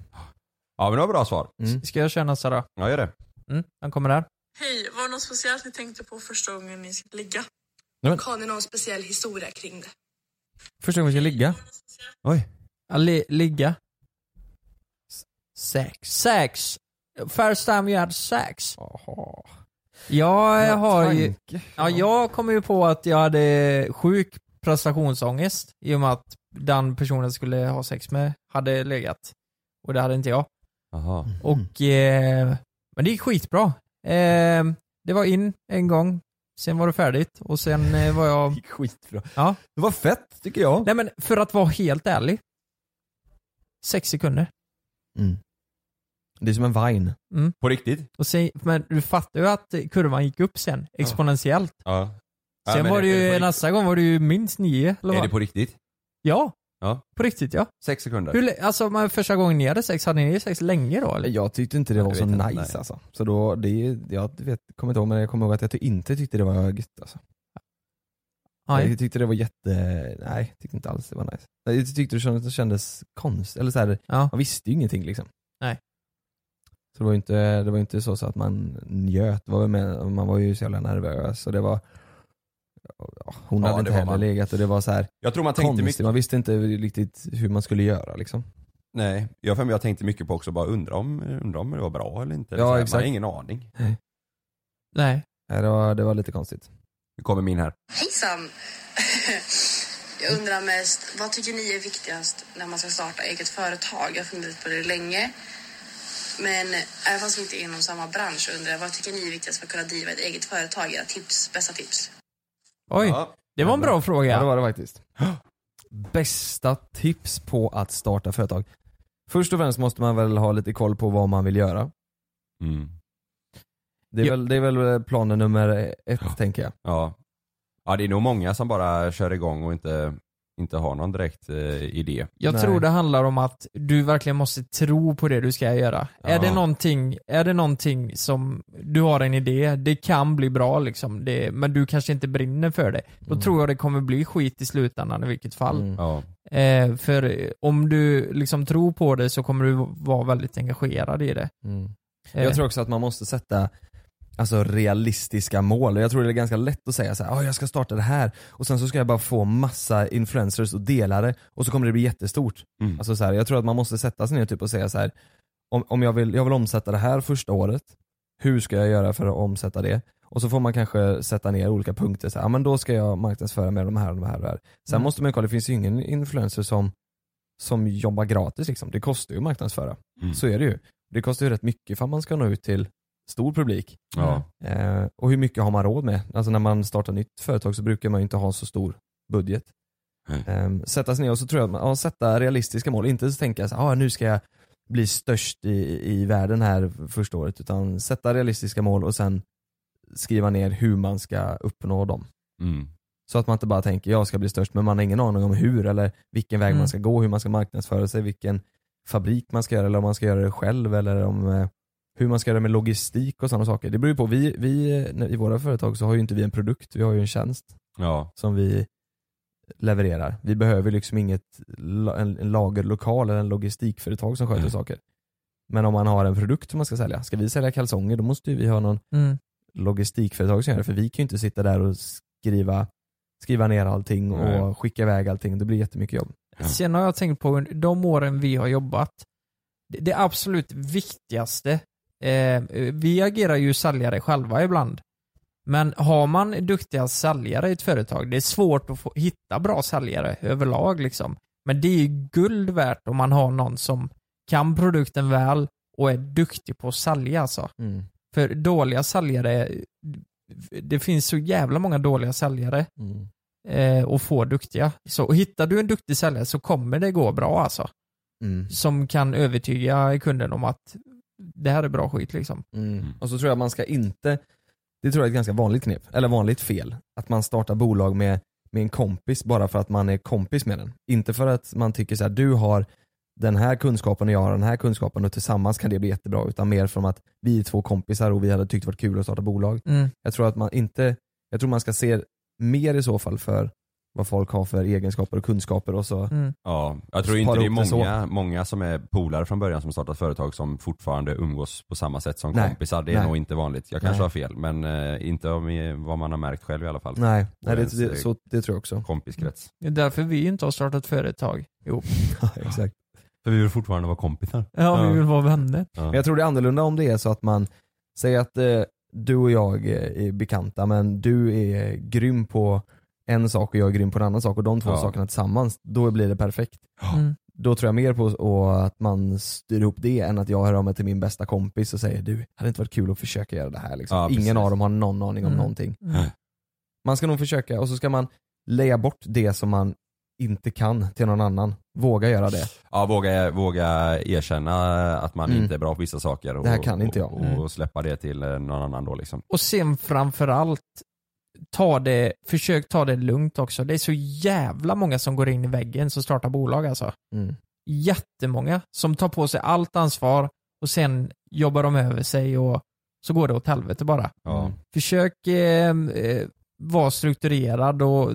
G: Ja men det var bra svar.
F: Mm.
E: Ska jag köra nästa då?
G: Ja gör det.
E: Mm, den kommer där.
N: Hej, var det något speciellt ni tänkte på första gången ni skulle ligga?
E: Nej, men-
N: Har ni någon speciell historia kring det?
E: Första gången vi ska ligga.
G: Oj.
E: Ja, li ligga. S- Sex. Sex! First time you had sex. Aha. Ja, jag har ju... Ja, jag kom ju på att jag hade sjuk prestationsångest i och med att den personen skulle ha sex med hade legat. Och det hade inte jag.
G: Aha.
E: Och, eh, men det gick skitbra. Eh, det var in en gång, sen var det färdigt och sen eh, var jag... Det gick
F: skitbra.
E: Ja.
F: Det var fett tycker jag.
E: Nej men för att vara helt ärlig. Sex sekunder.
F: Det är som en vine.
E: Mm.
G: På riktigt?
E: Och sen, men du fattar ju att kurvan gick upp sen, exponentiellt.
G: Ja. Ja,
E: Sen
G: men
E: var det
G: är
E: ju,
G: på riktigt?
E: nästa gång var det ju minst nio eller
G: Är
E: vad?
G: det på riktigt?
E: Ja,
G: Ja.
E: på riktigt ja.
G: Sex sekunder.
E: Hur, lä- alltså men första gången ni hade sex, hade ni sex länge då eller?
F: Jag tyckte inte det var så nice alltså. Så då, det, jag vet, kommer inte ihåg men jag kommer ihåg att jag ty- inte tyckte det var gött alltså.
E: Nej.
F: Jag tyckte det var jätte, nej tyckte inte alls det var nice. Nej, Jag tyckte det kändes, det kändes konstigt, eller så här, man visste ju ingenting liksom.
E: Nej.
F: Så det var ju inte, det var ju inte så, så att man njöt, Det var väl med, man var ju så jävla nervös och det var ja, hon
G: Ja,
F: hade
G: det
F: inte
G: var
F: heller
G: man.
F: legat och det var så här
G: Jag tror man tänkte
F: konstigt,
G: mycket-
F: man visste inte riktigt hur man skulle göra liksom.
G: Nej, jag, för mig, jag tänkte mycket på också bara undra om, undra om det var bra eller inte.
F: Ja,
G: Så här, Man
F: exakt.
G: har ingen aning.
E: Nej.
F: det, var, det var lite konstigt.
G: Nu kommer min här.
N: Hejsan! Jag undrar mest, vad tycker ni är viktigast när man ska starta eget företag? Jag har funderat på det länge. Men även fast vi inte är inom samma bransch undrar jag, vad tycker ni är viktigast för att kunna driva ett eget företag? Era tips, bästa tips.
E: Oj, det var en bra fråga.
F: Ja det var det faktiskt. Bästa tips på att starta företag? Först och främst måste man väl ha lite koll på vad man vill göra.
G: Mm.
F: Det, är
G: Ja.
F: väl, det är väl planen nummer ett tänker jag.
G: Ja. ja, det är nog många som bara kör igång och inte, inte har någon direkt eh, idé.
E: Jag tror det handlar om att du verkligen måste tro på det du ska göra. Är, det någonting, är det någonting som du har en idé, det kan bli bra liksom, det, men du kanske inte brinner för det. Då
F: Mm.
E: tror jag det kommer bli skit i slutändan i vilket fall.
G: Ja.
F: Mm.
E: Eh, för eh, om du liksom tror på det så kommer du vara väldigt engagerad i det.
F: mm.
E: Eh.
F: Jag tror också att man måste sätta alltså, realistiska mål. Jag tror det är ganska lätt att säga så här, "Ah, jag ska starta det här och sen så ska jag bara få massa influencers och delare och så kommer det bli jättestort. Alltså, så här, jag tror att man måste sätta sig ner typ, och säga så här, om, om jag, vill, jag vill omsätta det här första året, hur ska jag göra för att omsätta det? Och så får man kanske sätta ner olika punkter, så här, "Ah, men då ska jag marknadsföra med de här och de här och de här. Sen
G: Mm.
F: måste man ju kolla, det finns ju ingen influencer som som jobbar gratis liksom. Det kostar ju att marknadsföra.
G: Mm.
F: Så är det ju. Det kostar ju rätt mycket för att man ska nå ut till stor publik.
G: Ja.
F: Eh, och hur mycket har man råd med? Alltså när man startar nytt företag så brukar man ju inte ha så stor budget. Eh, sätta sig ner och så tror jag att man, ja, sätta realistiska mål. Inte så tänka så här, ah, nu ska jag bli störst i, i världen här första året. Utan sätta realistiska mål och sen skriva ner hur man ska uppnå dem.
G: Mm.
F: Så att man inte bara tänker jag ska bli störst men man har ingen aning om hur eller vilken väg
G: Mm.
F: man ska gå, hur man ska marknadsföra sig, vilken fabrik man ska göra eller om man ska göra det själv eller om eh, hur man ska göra med logistik och sådana saker. Det beror ju på. Vi, vi eh, när- i våra företag så har ju inte vi en produkt, vi har ju en tjänst
G: Ja.
F: som vi levererar. Vi behöver liksom inget la- en, en lagerlokal eller en logistikföretag som sköter saker. Men om man har en produkt som man ska sälja, ska vi sälja kalsonger då måste ju vi ha någon
E: Mm.
F: logistikföretag som gör det för vi kan ju inte sitta där och skriva, skriva ner allting och
E: Nej.
F: skicka iväg allting. Det blir jättemycket jobb.
E: Sen har jag tänkt på under de åren vi har jobbat, det- det absolut viktigaste, eh, vi agerar ju säljare själva ibland, men har man duktiga säljare i ett företag, det är svårt att få, hitta bra säljare överlag liksom. Men det är ju guld värt om man har någon som kan produkten väl och är duktig på att sälja alltså.
F: Mm.
E: För dåliga säljare, det finns så jävla många dåliga säljare
F: Mm.
E: eh, och få duktiga. Så och hittar du en duktig säljare så kommer det gå bra alltså. Som kan övertyga kunden om att det här är bra skit liksom.
F: Mm. Och så tror jag man ska inte, det tror jag är ett ganska vanligt knep, eller vanligt fel, att man startar bolag med, med en kompis bara för att man är kompis med den. Inte för att man tycker så här, du har den här kunskapen och jag har den här kunskapen och tillsammans kan det bli jättebra, utan mer från att vi är två kompisar och vi hade tyckt det varit kul att starta bolag.
E: Mm.
F: Jag tror att man inte, jag tror man ska se mer i så fall för vad folk har för egenskaper och kunskaper och så
G: Ja, jag tror
F: Så
G: inte
F: para
G: det är
F: ihop det så.
G: många, många som är polare från början som startat företag som fortfarande umgås på samma sätt som
F: Nej.
G: kompisar. Det är
F: Nej.
G: nog inte vanligt. Jag kanske
F: Nej.
G: har fel, men eh, inte om i- vad man har märkt själv i alla fall.
F: Nej,
G: Och
F: nej
G: ens,
F: det,
G: eh,
F: det, så, det tror jag också.
G: Kompiskrets.
E: Det är därför vi inte har startat företag ihop.
F: Ja, exakt.
G: För vi vill fortfarande vara kompisar.
E: Ja, vi vill vara vänner.
F: Men jag tror det är annorlunda om det är så att man säger att eh, du och jag eh, är bekanta men du är grym på en sak och jag är grym på en annan sak och de två
G: Ja.
F: sakerna tillsammans, då blir det perfekt.
E: Mm.
F: Då tror jag mer på och att man styr ihop det än att jag hör av mig till min bästa kompis och säger du, hade inte varit kul att försöka göra det här liksom.
G: Ja, precis.
F: Ingen av dem har någon aning om
G: Mm.
F: någonting.
G: Mm.
F: Man ska nog försöka och så ska man lägga bort det som man inte kan till någon annan. Våga göra det.
G: Ja, våga, våga erkänna att man
F: Mm.
G: inte är bra på vissa saker. Och,
F: Det här kan inte jag.
G: Och,
F: Mm.
G: och släppa det till eh, någon annan då liksom.
E: Och sen framförallt, ta det, försök ta det lugnt också. Det är så jävla många som går in i väggen som startar bolag alltså.
F: Mm.
E: Jättemånga som tar på sig allt ansvar och sen jobbar de över sig och så går det åt helvete bara.
G: Ja.
E: Försök eh, eh, vara strukturerad och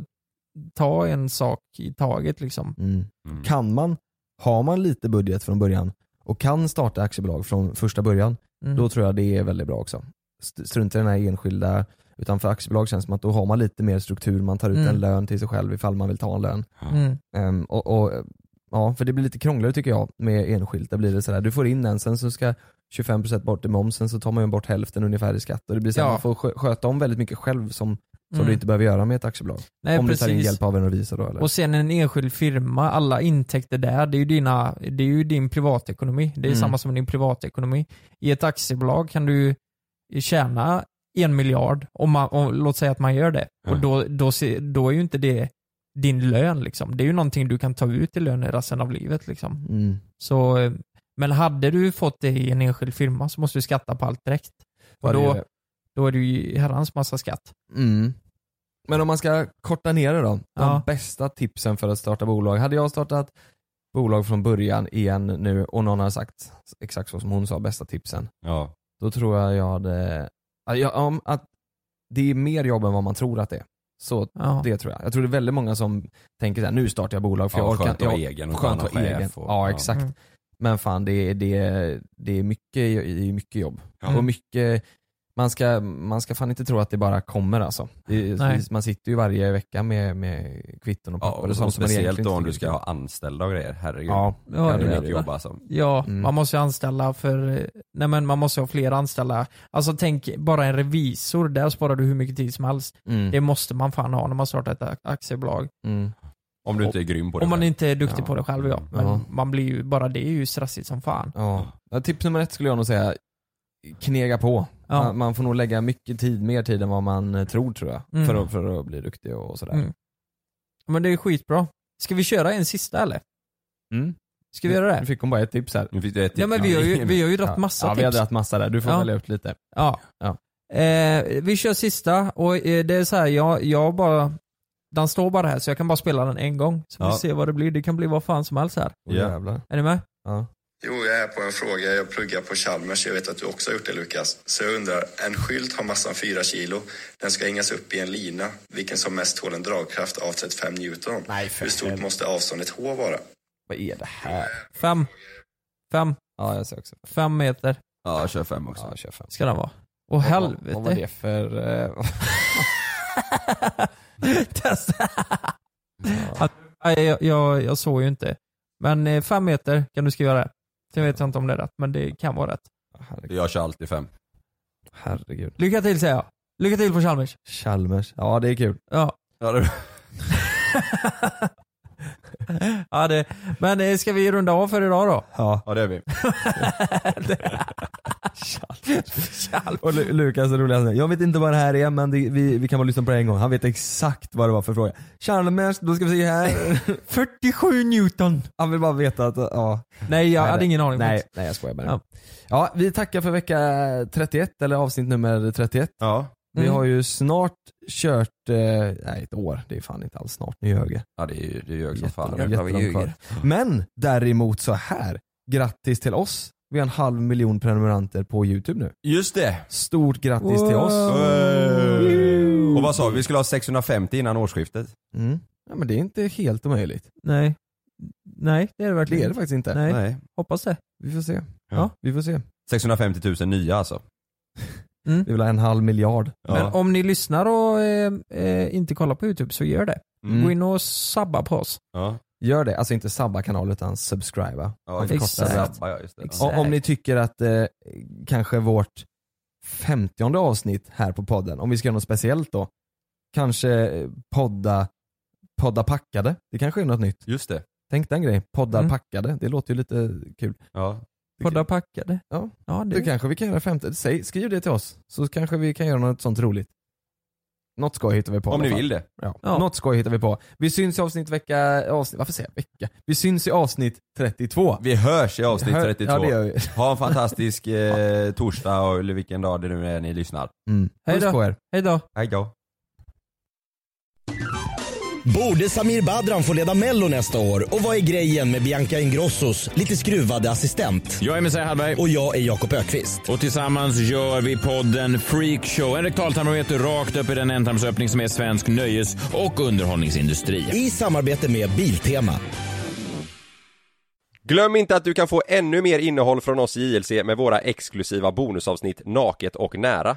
E: ta en sak i taget liksom.
F: Mm. Kan man, har man lite budget från början och kan starta aktiebolag från första början,
E: Mm.
F: då tror jag det är väldigt bra också. St- Strunt i den här enskilda, utan för aktiebolag känns det som att då har man lite mer struktur, man tar ut
E: Mm.
F: en lön till sig själv ifall man vill ta en lön.
E: Mm.
F: Ehm, och, och, ja, för det blir lite krångligare tycker jag med enskilt, där blir det sådär, du får in en, sen så ska 25% bort i momsen, så tar man ju bort hälften ungefär i skatt och det blir så
E: Ja.
F: man får skö- sköta om väldigt mycket själv som, som
E: Mm.
F: du inte behöver göra med ett aktiebolag.
E: Nej,
F: om du tar in
E: precis.
F: hjälp av en revisor då eller?
E: Och sen en enskild firma, alla intäkter där, det är ju, dina, det är ju din privatekonomi. Det är
F: Mm.
E: samma som din privatekonomi. I ett aktiebolag kan du tjäna en miljard, om man, om, låt säga att man gör det. Och då, då, se- då är ju inte det din lön liksom. Det är ju någonting du kan ta ut i lön i resten av livet liksom.
F: Mm.
E: Så, eh, men hade du fått det i en enskild firma så måste du skatta på allt direkt.
F: Ja,
E: Och
F: det är
E: då,
F: det.
E: då är det ju herrans massa skatt.
F: Mm. Men om man ska korta ner det då. De
E: Ja.
F: bästa tipsen för att starta bolag. Hade jag startat bolag från början igen nu och någon har sagt exakt så som hon sa, bästa tipsen.
G: Ja.
F: Då tror jag jag hade, ja, ja, om att det är mer jobb än vad man tror att det är. Så
E: Ja.
F: det tror jag. Jag tror det är väldigt många som tänker såhär, nu startar jag bolag för
G: Ja,
F: jag orkar
G: skönt att vara
F: jag-
G: egen och ta
F: Skönt att
G: någon
F: vara
G: chef
F: egen.
G: och-
F: ja
G: ja.
F: exakt.
G: Mm.
F: Men fan det är, det är, det är mycket, det är mycket jobb.
G: Ja.
F: Och mycket, man ska, man ska fan inte tro att det bara kommer alltså. Det,
G: Nej.
F: man sitter ju varje vecka med, med kvitton och
G: Ja,
F: papper
G: och,
F: och sånt som man
G: speciellt
F: egentligen
G: då
F: inte
G: om du
F: tycker
G: ska ha anställda och grejer. Herregud.
F: Ja.
G: det
E: Ja,
G: är
E: det är
G: mycket
E: det.
G: jobb alltså.
E: Ja,
G: Mm.
E: man måste ju anställa för, eh, nej men man måste ha fler anställda. Alltså tänk bara en revisor, där sparar du hur mycket tid som helst.
F: Mm.
E: Det måste man fan ha när man startar ett a- aktiebolag.
F: Mm.
G: Om du inte är grym på det
E: Om man
G: själv.
E: inte är duktig
G: Ja.
E: på det själv ja. Men
F: Ja.
E: man blir ju, bara det är ju stressigt som fan.
F: Ja. Ja, tips nummer ett skulle jag nog säga, knega på.
E: Ja.
F: Man, man får nog lägga mycket tid, mer tid än vad man eh, tror tror jag.
E: Mm.
F: För, att, för att bli duktig och sådär.
E: Mm. Men det är skitbra. Ska vi köra en sista eller?
F: Mm.
E: Ska vi göra det?
F: Nu fick hon bara ett tips här.
G: Nu fick du ett
E: Ja, men vi har ju- vi har ju dragit massa
F: Ja vi har
E: tips.
F: dragit massa där, du får
E: Ja.
F: välja ut lite.
E: Ja. Eh, vi kör sista och eh, det är så här, jag, jag bara, den står bara här så jag kan bara spela den en gång. Så
F: Ja.
E: vi ser vad det blir. Det kan bli vad fan som helst här.
F: Åh, jävlar.
E: Är ni med?
F: Ja.
O: Jo, jag är på en fråga. Jag pluggar på Chalmers. Jag vet att du också har gjort det, Lukas. Så jag undrar, en skylt har massan 4 kilo. Den ska hängas upp i en lina, vilken som mest tål en dragkraft av 35 Newton. Hur stort måste avståndet H vara?
F: Vad är det här?
E: Fem. Fem.
F: Ja, jag ser också.
E: Fem meter
G: Ja, jag kör fem också.
F: Ja, jag kör fem.
E: ska den vara. Åh
F: Vad var-
E: helvete.
F: Vad var det för... eh,
E: Testa. Att, nej, jag, jag, jag såg ju inte. Men eh, fem meter kan du skriva det. Sen vet jag inte om det är rätt, men det kan vara rätt.
G: Jag kör alltid fem.
F: Herregud.
E: Lycka till säger jag. Lycka till på Chalmers.
F: Chalmers. Ja, det är kul.
E: Ja.
G: Ja, det...
E: ja, det. Men eh, ska vi runda av för idag då?
F: Ja.
G: ja, det är vi.
F: Och Lu- Lukas är roligast. Jag vet inte vad det här är men det, vi, vi kan bara lyssna på det en gång. Han vet exakt vad det var för fråga. Chalmers, då ska vi se här.
E: 47 Newton.
F: Han vill bara veta att, ja.
E: Nej, jag hade
F: det-
E: ingen aning.
F: Nej,
E: faktiskt.
F: nej jag skojar bara.
E: Ja.
F: Ja. ja, vi tackar för vecka 31, eller avsnitt nummer 31.
G: Ja.
F: Vi
E: Mm.
F: har ju snart kört, eh, nej ett år, det är fan inte alls snart, nu ljög jag.
G: Ja, det är ju det är ju som fan.
F: Jättelångt- jättelångt kvar. Men däremot så här, grattis till oss. Vi har en halv miljon prenumeranter på YouTube nu.
G: Just det.
F: Stort grattis till oss.
G: Och vad sa vi? Vi skulle ha 650 innan årsskiftet.
F: Mm. Ja, men det är inte helt omöjligt.
E: Nej. Nej, det är det verkligen
F: Det är det faktiskt inte.
E: Nej.
G: Nej.
E: Hoppas det.
F: Vi får se.
G: Ja.
F: Vi får se.
G: 650 000 nya alltså.
F: Mm. Vi vill ha en halv miljard.
E: Men om ni lyssnar och eh, eh, inte kollar på YouTube så gör det.
F: Mm.
E: Gå in och sabba på oss.
G: Ja.
F: Gör det. Alltså inte sabba kanalen utan subscriba.
G: Ja,
F: det kostar
E: exakt.
F: väl.
G: Ja, just det.
F: Och Om ni tycker att eh, kanske vårt femtionde avsnitt här på podden, om vi ska göra något speciellt då, kanske eh, podda, podda packade. Det kanske är något nytt.
G: Just det.
F: Tänk den grejen. Poddar
E: Mm.
F: packade. Det låter ju lite kul.
G: Ja.
E: Poddar packade.
F: Ja.
E: Ja,
F: Det
E: det,
F: kanske vi kan göra femte. Säg, skriv det till oss så kanske vi kan göra något sånt roligt. Något skoj hittar vi på. i
G: Om
F: alla
G: ni
F: fall.
G: vill det.
F: Ja.
E: Ja.
F: Något skoj hittar vi på. Vi syns i avsnitt vecka, avsnitt, varför säger jag vecka? Vi syns i avsnitt 32.
G: Vi hörs i avsnitt
F: Hör-
G: 32.
F: Ja, det gör vi.
G: Ha en fantastisk eh, torsdag och- eller vilken dag det nu är ni lyssnar.
F: Mm.
E: Hej
F: Puss
E: då.
F: på er.
E: Hej då.
G: Hej då.
B: Borde Samir Badran få leda mello nästa år? Och vad är grejen med Bianca Ingrossos lite skruvade assistent?
C: Jag är Messiah Hallberg.
B: Och jag är Jakob Ökvist.
C: Och tillsammans gör vi podden Freakshow. En rektaltarmometer rakt upp i den ändtarmsöppning som är svensk nöjes och underhållningsindustri.
B: I samarbete med Biltema.
G: Glöm inte att du kan få ännu mer innehåll från oss i JLC med våra exklusiva bonusavsnitt Naket och nära.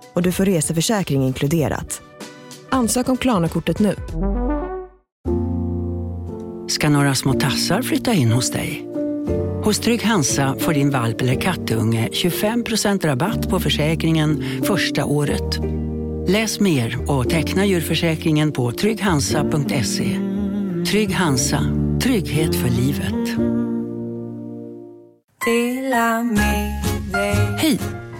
A: och du får reseförsäkring inkluderat. Ansök om Klarna-kortet nu.
P: ska några små tassar flytta in hos dig. Hos Trygg Hansa får din valp eller kattunge 25% rabatt på försäkringen första året. Läs mer och teckna djurförsäkringen på trygghansa.se. Trygg Hansa, trygghet för livet.
Q: Hej!